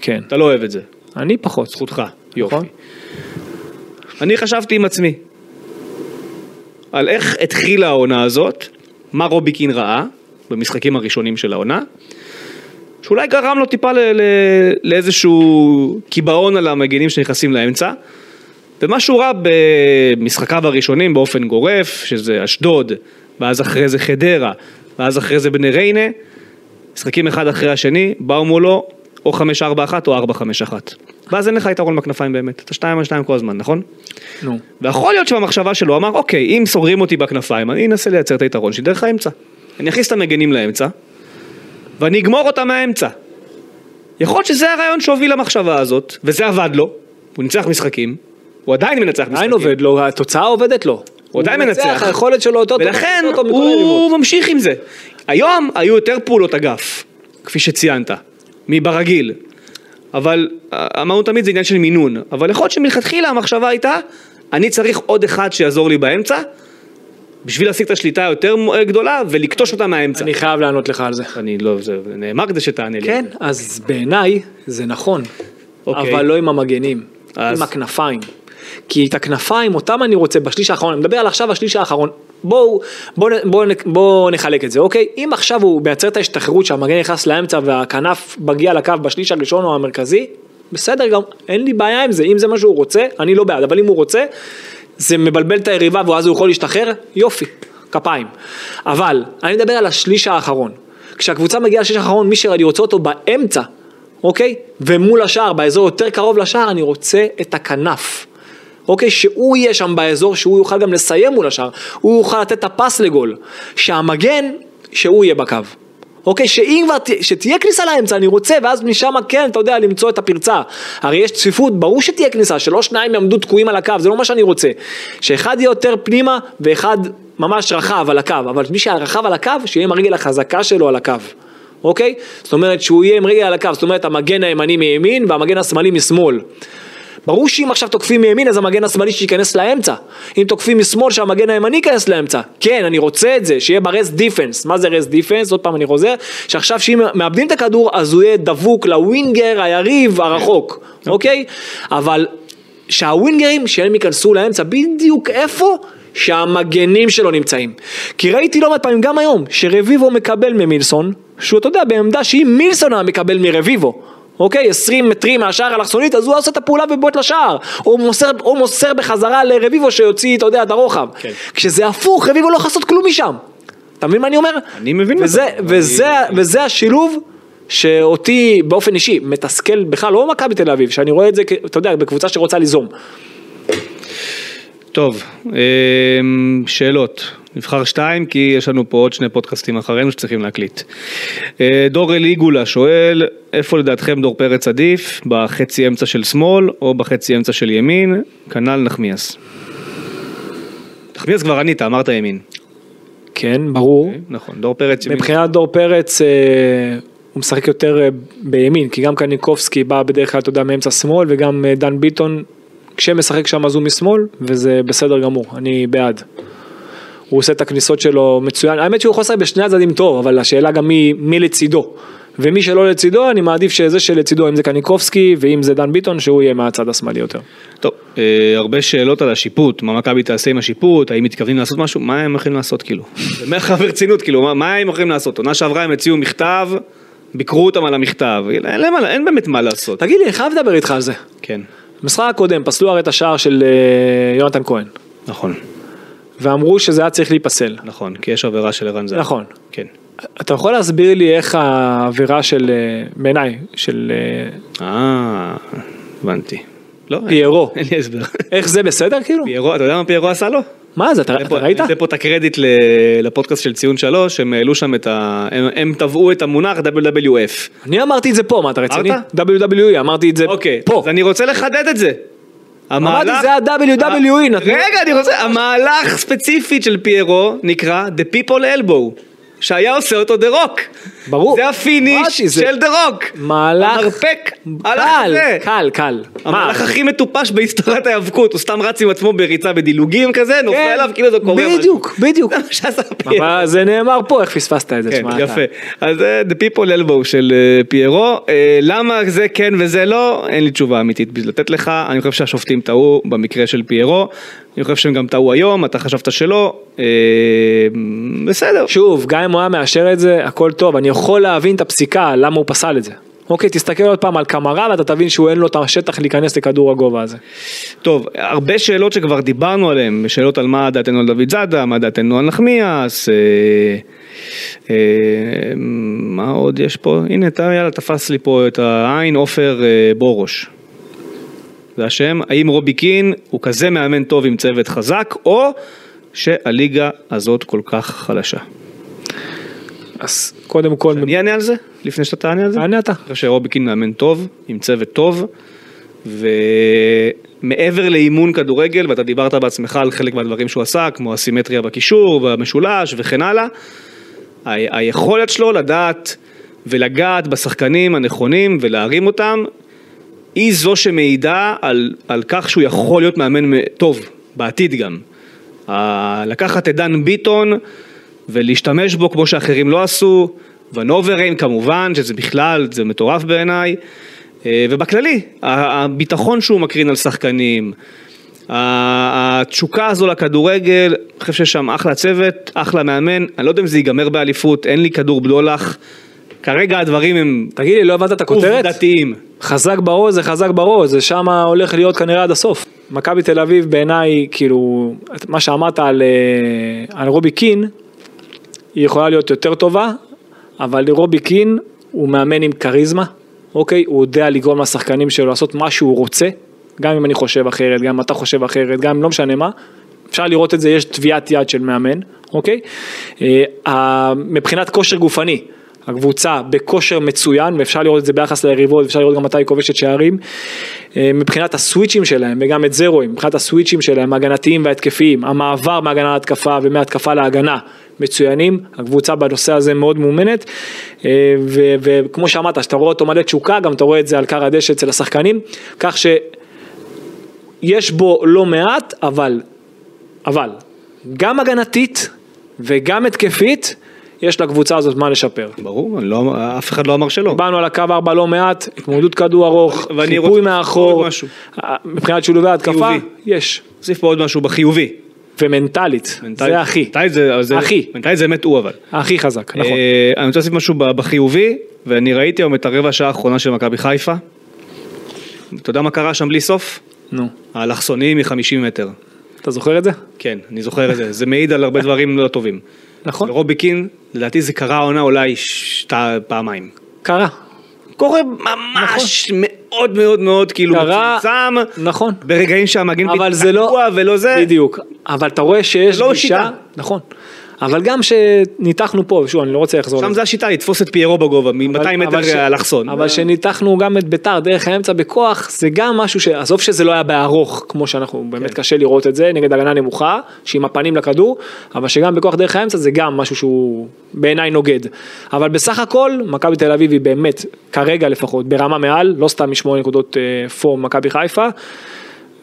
C: כן.
B: אתה לא אוהב את זה,
C: אני פחות.
B: זכותך, יופי.
C: נכון.
B: אני חשבתי עם עצמי על איך התחילה העונה הזאת, מה רובי קין ראה במשחקים הראשונים של העונה, שאולי גרם לו טיפה ל- ל- לאיזשהו קיבעון על המגינים שנכנסים לאמצע. ומה שהוא ראה במשחקיו הראשונים באופן גורף, שזה אשדוד, ואז אחרי זה חדרה, ואז אחרי זה בני ריינה, משחקים אחד אחרי השני, באו מולו או 5-4-1 או 4-5-1. ואז אין לך יתרון בכנפיים באמת, אתה 2 על 2 כל הזמן, נכון?
C: נו.
B: ויכול להיות שבמחשבה שלו אמר, אוקיי, אם סוגרים אותי בכנפיים, אני אנסה לייצר את היתרון שלי דרך האמצע. אני אכניס את המגנים לאמצע, ואני אגמור אותם מהאמצע. יכול להיות שזה הרעיון שהוביל למחשבה הזאת, וזה עבד לו, הוא ניצח משחקים, הוא עדיין מנצח משחקים.
C: עדיין עובד לו, התוצאה עובדת לו.
B: הוא עדיין מנצח.
C: היכולת שלו אותו טוב,
B: ולכן
C: אותו טוב מכל היריבות.
B: הוא ממשיך עם זה. היום היו יותר פעולות אגף, כפי שציינת, מברגיל. אבל אה, אמרנו תמיד זה עניין של מינון. אבל יכול להיות שמלכתחילה המחשבה הייתה, אני צריך עוד אחד שיעזור לי באמצע, בשביל להשיג את השליטה היותר מ- גדולה ולכתוש אותה מהאמצע.
C: אני חייב לענות לך על זה.
B: אני לא, זה נאמר כדי שתענה לי.
C: כן, אז בעיניי זה נכון,
B: אוקיי.
C: אבל לא עם המגנים,
B: אז-
C: עם הכנפיים. כי את הכנפיים, אותם אני רוצה בשליש האחרון, אני מדבר על עכשיו השליש האחרון. בואו בואו נ- בואו נ- בואו נחלק את זה, אוקיי? אם עכשיו הוא מייצר את ההשתחררות שהמגן נכנס לאמצע והכנף מגיע לקו בשליש הראשון או המרכזי, בסדר גם, אין לי בעיה עם זה, אם זה מה שהוא רוצה, אני לא בעד, אבל אם הוא רוצה, זה מבלבל את היריבה ואז הוא יכול להשתחרר, יופי, כפיים. אבל, אני מדבר על השליש האחרון. כשהקבוצה מגיעה לשש האחרון, מי שאני רוצה אותו באמצע, אוקיי? ומול השער, באזור יותר קרוב לשער, אני רוצה את הכנף. אוקיי? שהוא יהיה שם באזור, שהוא יוכל גם לסיים מול השער. הוא יוכל לתת את הפס לגול. שהמגן, שהוא יהיה בקו. אוקיי, שאם כבר, ת- שתהיה כניסה לאמצע, אני רוצה, ואז משם כן, אתה יודע, למצוא את הפרצה. הרי יש צפיפות, ברור שתהיה כניסה, שלא שניים יעמדו תקועים על הקו, זה לא מה שאני רוצה. שאחד יהיה יותר פנימה, ואחד ממש רחב על הקו, אבל מי שרחב על הקו, שיהיה עם הרגל החזקה שלו על הקו. אוקיי? זאת אומרת שהוא יהיה עם רגל על הקו, זאת אומרת המגן הימני מימין והמגן השמאלי משמאל. ברור שאם עכשיו תוקפים מימין אז המגן השמאלי שייכנס לאמצע. אם תוקפים משמאל שהמגן הימני ייכנס לאמצע. כן, אני רוצה את זה, שיהיה ברס דיפנס. מה זה רס דיפנס? עוד פעם אני חוזר, שעכשיו שאם מאבדים את הכדור אז הוא יהיה דבוק לווינגר היריב הרחוק, אוקיי? אבל שהווינגרים שהם ייכנסו לאמצע בדיוק איפה שהמגנים שלו נמצאים. כי ראיתי לא מעט פעמים, גם היום, שרביבו מקבל ממילסון, שהוא, אתה יודע, בעמדה שאם מילסון היה מקבל מרביבו, אוקיי, 20 מטרים מהשער אלכסונית, אז הוא היה עושה את הפעולה ובועט לשער. או מוסר, או מוסר בחזרה לרביבו שיוציא, אתה יודע, את הרוחב.
B: כן.
C: כשזה הפוך, רביבו לא יכול לעשות כלום משם. אתה מבין מה אני אומר?
B: אני מבין מה
C: וזה,
B: אתה אומר,
C: וזה, וזה השילוב שאותי באופן אישי מתסכל בכלל, לא מכבי תל אביב, שאני רואה את זה, כ- אתה יודע, בקבוצה שרוצה ליזום.
B: טוב, אמ, שאלות. נבחר שתיים, כי יש לנו פה עוד שני פודקאסטים אחרינו שצריכים להקליט. אה, דור אליגולה שואל, איפה לדעתכם דור פרץ עדיף? בחצי אמצע של שמאל או בחצי אמצע של ימין? כנ"ל נחמיאס. נחמיאס כבר ענית, אמרת ימין.
C: כן, ברור.
B: נכון, דור פרץ ימין.
C: מבחינת דור פרץ, אה, הוא משחק יותר אה, בימין, כי גם קניקובסקי בא בדרך כלל, אתה יודע, מאמצע שמאל, וגם אה, דן ביטון, כשמשחק שם אז הוא משמאל, וזה בסדר גמור, אני בעד. הוא עושה את הכניסות שלו מצוין, האמת שהוא יכול לשחק בשני הצדדים טוב, אבל השאלה גם מי, מי לצידו. ומי שלא לצידו, אני מעדיף שזה שלצידו, אם זה קניקובסקי ואם זה דן ביטון, שהוא יהיה מהצד השמאלי יותר.
B: טוב, אה, הרבה שאלות על השיפוט, מה מכבי תעשה עם השיפוט, האם מתכוונים לעשות משהו, מה הם הולכים לעשות כאילו? באמת ברצינות, כאילו, מה, מה הם הולכים לעשות? עונה שעברה הם הציעו מכתב, ביקרו אותם על המכתב, אין, להם מה- אין באמת מה לעשות.
C: תגיד לי, אני חייב לדבר איתך על זה.
B: כן,
C: במשחק הקודם פסלו הרי את השער של אה, יונתן כהן,
B: נכון,
C: ואמרו שזה היה צריך להיפסל.
B: נכון, כי יש עבירה של ערן זהב.
C: נכון.
B: כן.
C: אתה יכול להסביר לי איך האווירה של, אה, בעיניי, של אה,
B: אה, הבנתי. לא, אין-
C: פיירו,
B: אין לי הסבר.
C: איך זה בסדר כאילו?
B: פיירו, אתה יודע מה פיירו עשה לו?
C: מה זה, אתה אתה
B: פה-
C: ראית?
B: אני אתן פה את הקרדיט ל- לפודקאסט של ציון שלוש, הם העלו שם את ה... הם- הם טבעו את המונח WWF.
C: אני אמרתי את זה פה, מה אתה רציני?
B: אמרת?
C: WWE, אמרתי את זה
B: אוקיי,
C: פה.
B: אז אני רוצה לחדד את זה. המהלך-
C: זה ה-WWE, E, נתנו-
B: רגע, אני רוצה... המהלך ספציפית של פיירו נקרא The People Elbow, שהיה עושה אותו דה רוק.
C: ברור.
B: זה הפיניש
C: אמרתי, זה-
B: של דה רוק.
C: מהלך...
B: הרפק, הלך
C: קל,
B: זה.
C: קל, קל. מה?
B: המהלך הכי מטופש בהיסטוריית ההיאבקות, הוא סתם רץ עם עצמו בריצה בדילוגים כזה, נופל
C: כן,
B: עליו כאילו זה קורה משהו.
C: בדיוק, בדיוק.
B: זה מה שעשה פיירו.
C: אבל זה נאמר פה, איך פספסת את זה?
B: כן,
C: שמע, אתה-
B: יפה. אז זה The People Elbow של אה, פיירו. אה, למה זה כן וזה לא, אין לי תשובה אמיתית בשביל לתת לך. אני חושב שהשופטים טעו במקרה של פיירו. אני חושב שהם גם טעו היום, אתה חשבת שלא. אה, בסדר.
C: שוב, גם אם הוא היה מאשר את זה, הכל טוב, אני יכול להבין את הפסיקה, למה הוא פסל את זה. אוקיי, תסתכל עוד פעם על קמרה ואתה תבין שהוא אין לו את השטח להיכנס לכדור הגובה הזה.
B: טוב, הרבה שאלות שכבר דיברנו עליהן, שאלות על מה דעתנו על דוד זאדה, מה דעתנו על נחמיאס, אה, אה, מה עוד יש פה? הנה, אתה יאללה, תפס לי פה את העין, עופר אה, בורוש. זה השם, האם רובי קין הוא כזה מאמן טוב עם צוות חזק, או שהליגה הזאת כל כך חלשה?
C: אז קודם כל,
B: אני אענה על זה? לפני שאתה תענה על זה?
C: תענה אתה.
B: אני חושב שרובי קין מאמן טוב, עם צוות טוב, ומעבר לאימון כדורגל, ואתה דיברת בעצמך על חלק מהדברים שהוא עשה, כמו הסימטריה בקישור, במשולש וכן הלאה, ה- היכולת שלו לדעת ולגעת בשחקנים הנכונים ולהרים אותם, היא זו שמעידה על, על כך שהוא יכול להיות מאמן מ- טוב, בעתיד גם. ה- לקחת את דן ביטון ולהשתמש בו כמו שאחרים לא עשו, ונוברין כמובן, שזה בכלל, זה מטורף בעיניי, אה, ובכללי, ה- הביטחון שהוא מקרין על שחקנים, ה- התשוקה הזו לכדורגל, אני חושב שיש שם אחלה צוות, אחלה מאמן, אני לא יודע אם זה ייגמר באליפות, אין לי כדור בדולח, כרגע הדברים הם
C: תגיד לי, לא הבנת את הכותרת?
B: עובדתיים.
C: חזק בראש זה חזק בראש, זה שם הולך להיות כנראה עד הסוף. מכבי תל אביב בעיניי, כאילו, את- מה שאמרת על, אה, על רובי קין, היא יכולה להיות יותר טובה, אבל רובי קין הוא מאמן עם כריזמה, אוקיי? הוא יודע לגרום לשחקנים שלו לעשות מה שהוא רוצה, גם אם אני חושב אחרת, גם אם אתה חושב אחרת, גם אם לא משנה מה. אפשר לראות את זה, יש טביעת יד של מאמן, אוקיי? אה, ה- מבחינת כושר גופני, הקבוצה בכושר מצוין, ואפשר לראות את זה ביחס ליריבות, אפשר לראות גם מתי היא כובשת שערים. אה, מבחינת הסוויצ'ים שלהם, וגם את זה רואים, מבחינת הסוויצ'ים שלהם, ההגנתיים וההתקפיים, המעבר מהגנה להתקפה ומהתקפה להגנה, מצוינים, הקבוצה בנושא הזה מאוד מאומנת, אה, ו- וכמו שאמרת, שאתה רואה אותו מלא תשוקה, גם אתה רואה את זה על כר הדשא אצל השחקנים, כך שיש בו לא מעט, אבל, אבל, גם הגנתית וגם התקפית, יש לקבוצה הזאת מה לשפר.
B: ברור, אני לא, אף אחד לא אמר שלא.
C: באנו על הקו ארבע לא מעט, התמודדות כדור ארוך,
B: ואני
C: חיפוי
B: רוצה-
C: מאחור,
B: עוד משהו.
C: מבחינת שילובי התקפה,
B: חיובי.
C: יש.
B: נוסיף פה עוד משהו בחיובי.
C: ומנטלית, זה הכי,
B: מנטלית זה, זה-
C: הכי.
B: מנטלית זה באמת הוא אבל.
C: הכי חזק, נכון.
B: אה, אני רוצה להוסיף משהו ב- בחיובי, ואני ראיתי היום את הרבע שעה האחרונה של מכבי חיפה. אתה יודע מה קרה שם בלי סוף?
C: נו,
B: האלכסונים מ-50 מטר.
C: אתה זוכר את זה?
B: כן, אני זוכר את זה. זה מעיד על הרבה דברים לא טובים.
C: נכון.
B: ורובי קין, לדעתי זה קרה העונה אולי שתה, פעמיים.
C: קרה,
B: קורה ממש מאוד מאוד מאוד כאילו
C: נכון. קרה,
B: מצומצם.
C: נכון.
B: ברגעים שהמגן
C: אבל זה לא,
B: כן, תקוע ולא זה.
C: בדיוק, אבל אתה רואה שיש
B: זה לא
C: גישה,
B: שיטה.
C: נכון, אבל גם שניתחנו פה, ושוב אני לא רוצה לחזור
B: שם זה השיטה לתפוס את פיירו בגובה, מ-200
C: אבל- אבל ש-
B: מטר אה, אלכסון.
C: אבל שניתחנו גם את ביתר דרך האמצע בכוח, זה גם משהו ש... עזוב שזה לא היה בארוך, כמו שאנחנו, באמת קשה לראות את זה, נגד הגנה נמוכה, שעם הפנים לכדור, אבל שגם בכוח דרך האמצע זה גם משהו שהוא בעיניי נוגד. אבל בסך הכל, מכבי תל אביב היא באמת, כרגע לפחות, ברמה מעל, לא סתם משמונה נקודות אה, פור מכבי חיפה.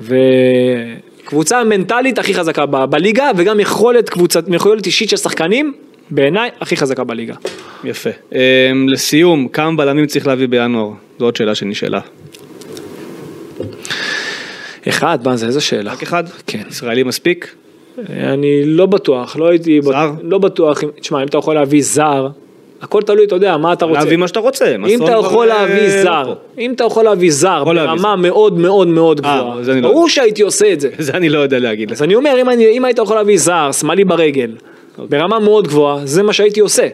C: וקבוצה מנטלית הכי חזקה ב- בליגה, וגם יכולת, קבוצת, יכולת אישית של שחקנים, בעיניי הכי חזקה בליגה.
B: יפה. אמ, לסיום, כמה בלמים צריך להביא בינואר? זו עוד שאלה שנשאלה.
C: אחד, מה זה, איזה שאלה.
B: רק אחד?
C: כן.
B: ישראלי מספיק?
C: אני לא בטוח, לא הייתי...
B: זר?
C: לא בטוח, אם- תשמע, אם אתה יכול להביא זר, הכל תלוי, אתה יודע, מה אתה רוצה.
B: להביא מה שאתה רוצה.
C: אם
B: מסון
C: אתה
B: כבר,
C: יכול
B: אה,
C: להביא
B: לא
C: זר,
B: פה.
C: אם אתה יכול להביא זר
B: יכול להביא
C: ברמה מאוד מאוד מאוד
B: אה,
C: גבוהה,
B: זה אני לא
C: ברור
B: יודע.
C: שהייתי עושה את זה.
B: זה אני לא יודע להגיד לך.
C: אז אני אומר, אם אני- אם היית יכול להביא זר, שמאלי ברגל,
B: אוקיי.
C: ברמה מאוד גבוהה, זה מה שהייתי עושה.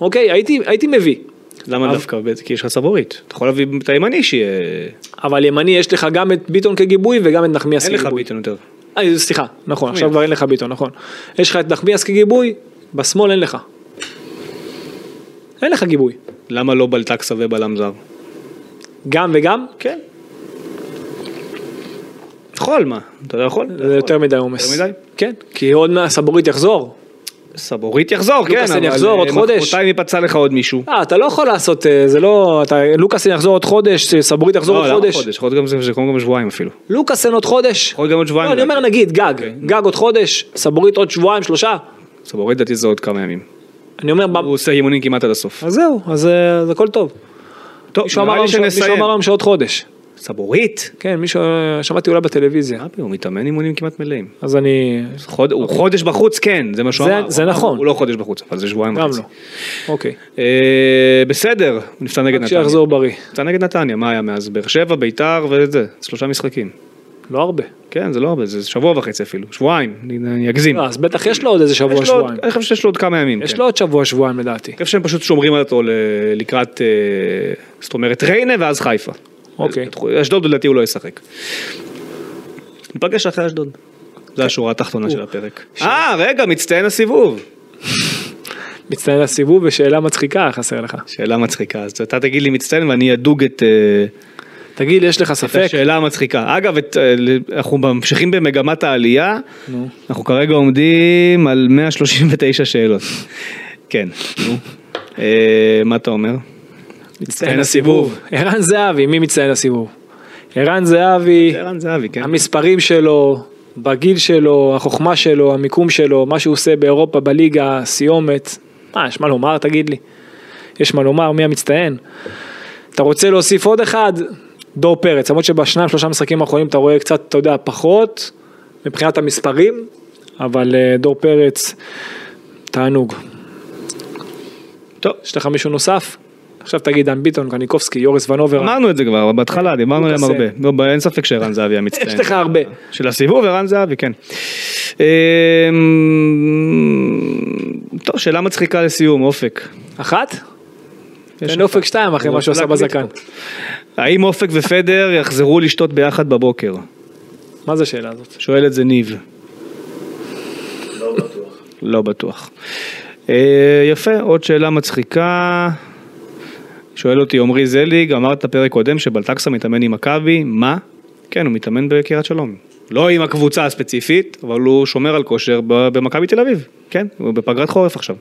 C: אוקיי, הייתי- הייתי מביא.
B: למה
C: אבל-
B: דווקא? בעצם? כי יש לך סבורית. אתה יכול להביא את הימני שיהיה...
C: אבל ימני, יש לך גם את ביטון כגיבוי וגם את נחמיאס
B: אין לך
C: כגיבוי.
B: ביטון יותר.
C: אה, סליחה, נכון, עכשיו כבר אין לך ביטון, נכון. יש לך את נחמיאס כגיבוי, בשמאל אין לך. אין לך גיבוי.
B: למה לא בלטקסה ובלם זר?
C: גם וגם,
B: כן. יכול מה? אתה לא יכול?
C: זה יותר מדי עומס.
B: יותר מדי?
C: כן, כי עוד מעט סבורית יחזור.
B: סבורית יחזור, כן,
C: לוקאסן יחזור עוד
B: אה,
C: חודש.
B: מחרתיים ייפצע לך עוד מישהו.
C: אה, אתה לא יכול לעשות, אה, זה לא, אתה, לוקאסן יחזור עוד חודש, אה, סבורית יחזור
B: לא,
C: עוד
B: למה
C: חודש.
B: חודש, יכול להיות גם זה- זה קודם גם שבועיים אפילו.
C: לוקאסן עוד חודש.
B: יכול להיות גם עוד שבועיים. אוקיי.
C: לא, אני אומר נגיד, גג, גג עוד חודש, סבורית עוד שבועיים, שלושה.
B: סבורית דעתי זה עוד כמה ימים.
C: אני אומר, ב-
B: הוא עושה אימונים כמעט עד הסוף.
C: אז זהו, אז אה, אז הכל טוב.
B: טוב,
C: מישהו אמר לנו ש- מישהו אמר לנו שעוד חודש.
B: סבורית?
C: כן, מישהו, אה, שמעתי אולי בטלוויזיה.
B: אבי, הוא מתאמן אימונים כמעט מלאים.
C: אז אני,
B: חוד- הוא חודש בחוץ, כן, זה מה שהוא
C: אוקיי. זה-
B: אמר.
C: זה
B: הוא-
C: נכון.
B: הוא לא חודש בחוץ, אבל זה שבועיים
C: גם
B: וחצי.
C: לא. אוקיי.
B: אה, בסדר, הוא נפצע נגד
C: רק
B: כן, נתניה.
C: שיחזור בריא.
B: נפצע נגד נתניה, מה היה מאז? באר שבע, ביתר וזה, שלושה משחקים.
C: לא הרבה.
B: כן, זה לא הרבה, זה שבוע וחצי אפילו, שבועיים, אני- אני אגזים.
C: לא, אז בטח יש לו עוד איזה שבוע
B: יש לו עוד-
C: שבועיים.
B: אני חושב שיש לו עוד כמה ימים.
C: יש
B: כן.
C: לו עוד שבוע שבועיים לדעתי.
B: אני חושב שהם פשוט שומרים על אותו ל- לקראת, אה, זאת אומרת, ריינה ואז חיפה.
C: אוקיי.
B: אשדוד לדעתי הוא לא ישחק. ניפגש אחרי אשדוד. זו השורה התחתונה של הפרק. אה, רגע, מצטיין הסיבוב.
C: מצטיין לסיבוב ושאלה מצחיקה חסר לך.
B: שאלה מצחיקה, אז אתה תגיד לי מצטיין ואני אדוג את אה,
C: תגיד, יש לך
B: את
C: ספק?
B: השאלה המצחיקה. אגב, את, אה, ל- אנחנו ממשיכים במגמת העלייה, אנחנו כרגע עומדים על 139 שאלות. כן, נו. אה, מה אתה אומר? מצטיין הסיבוב.
C: ערן זהבי, מי מצטיין הסיבוב? ערן זהבי,
B: ערן זהבי, כן.
C: המספרים שלו, בגיל שלו, החוכמה שלו, המיקום שלו, מה שהוא עושה באירופה, בליגה, סיומת. מה, יש מה לומר, תגיד לי. יש מה לומר, מי המצטיין? אתה רוצה להוסיף עוד אחד? דור פרץ, למרות שבשניים שלושה משחקים האחרונים אתה רואה קצת, אתה יודע, פחות מבחינת המספרים, אבל אה, דור פרץ, תענוג.
B: טוב.
C: יש לך מישהו נוסף? עכשיו תגיד דן ביטון, קניקובסקי, יורס ונובר.
B: אמרנו את זה כבר, בהתחלה דיברנו עליהם
C: לוקאסן.
B: הרבה. לא, ב- אין ספק שערן זהבי המצטיין.
C: יש לך הרבה.
B: של הסיבוב, ערן זהבי, כן. אמ, טוב, שאלה מצחיקה לסיום, אופק.
C: אחת?
B: יש
C: תן אופק שתיים אחרי
B: הוא
C: מה שהוא עשה
B: להקליט
C: בזקן.
B: האם אופק ופדר יחזרו לשתות ביחד בבוקר?
C: מה זה השאלה הזאת?
B: שואל את זה ניב. לא בטוח. אה, יפה, עוד שאלה מצחיקה. שואל אותי עמרי זליג, אמרת פרק קודם שבלטקסה מתאמן עם מכבי, מה? כן, הוא מתאמן בקריית שלום. לא עם הקבוצה הספציפית, אבל הוא שומר על כושר ב- במכבי תל אביב. כן, הוא בפגרת חורף עכשיו.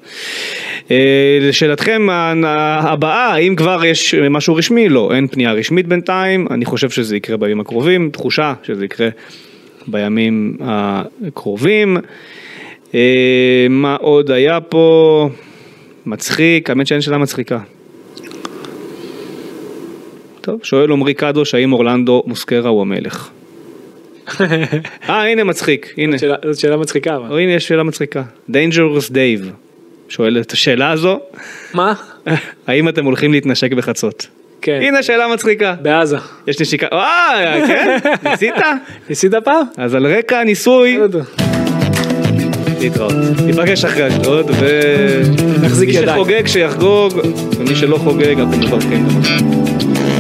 B: אה, לשאלתכם ה- הבאה, האם כבר יש משהו רשמי? לא, אין פנייה רשמית בינתיים, אני חושב שזה יקרה בימים הקרובים, תחושה שזה יקרה בימים הקרובים. אה, מה עוד היה פה? מצחיק, האמת שאין שאלה מצחיקה. טוב, שואל עמרי קדוש האם אורלנדו מוסקרה הוא המלך? אה, הנה מצחיק, הנה.
C: שאלה- זאת שאלה מצחיקה אבל.
B: או, הנה יש שאלה מצחיקה. Dangerous Dave שואל את השאלה הזו,
C: מה?
B: האם אתם הולכים להתנשק בחצות?
C: כן.
B: הנה שאלה מצחיקה.
C: בעזה.
B: יש נשיקה, אה, כן? ניסית?
C: ניסית פעם?
B: אז על רקע הניסוי, להתראות. ניפגש אחרי אשדוד, ו...
C: נחזיק
B: מי
C: ידיים.
B: שחוגג שיחגוג, ומי שלא חוגג, אנחנו מברכים.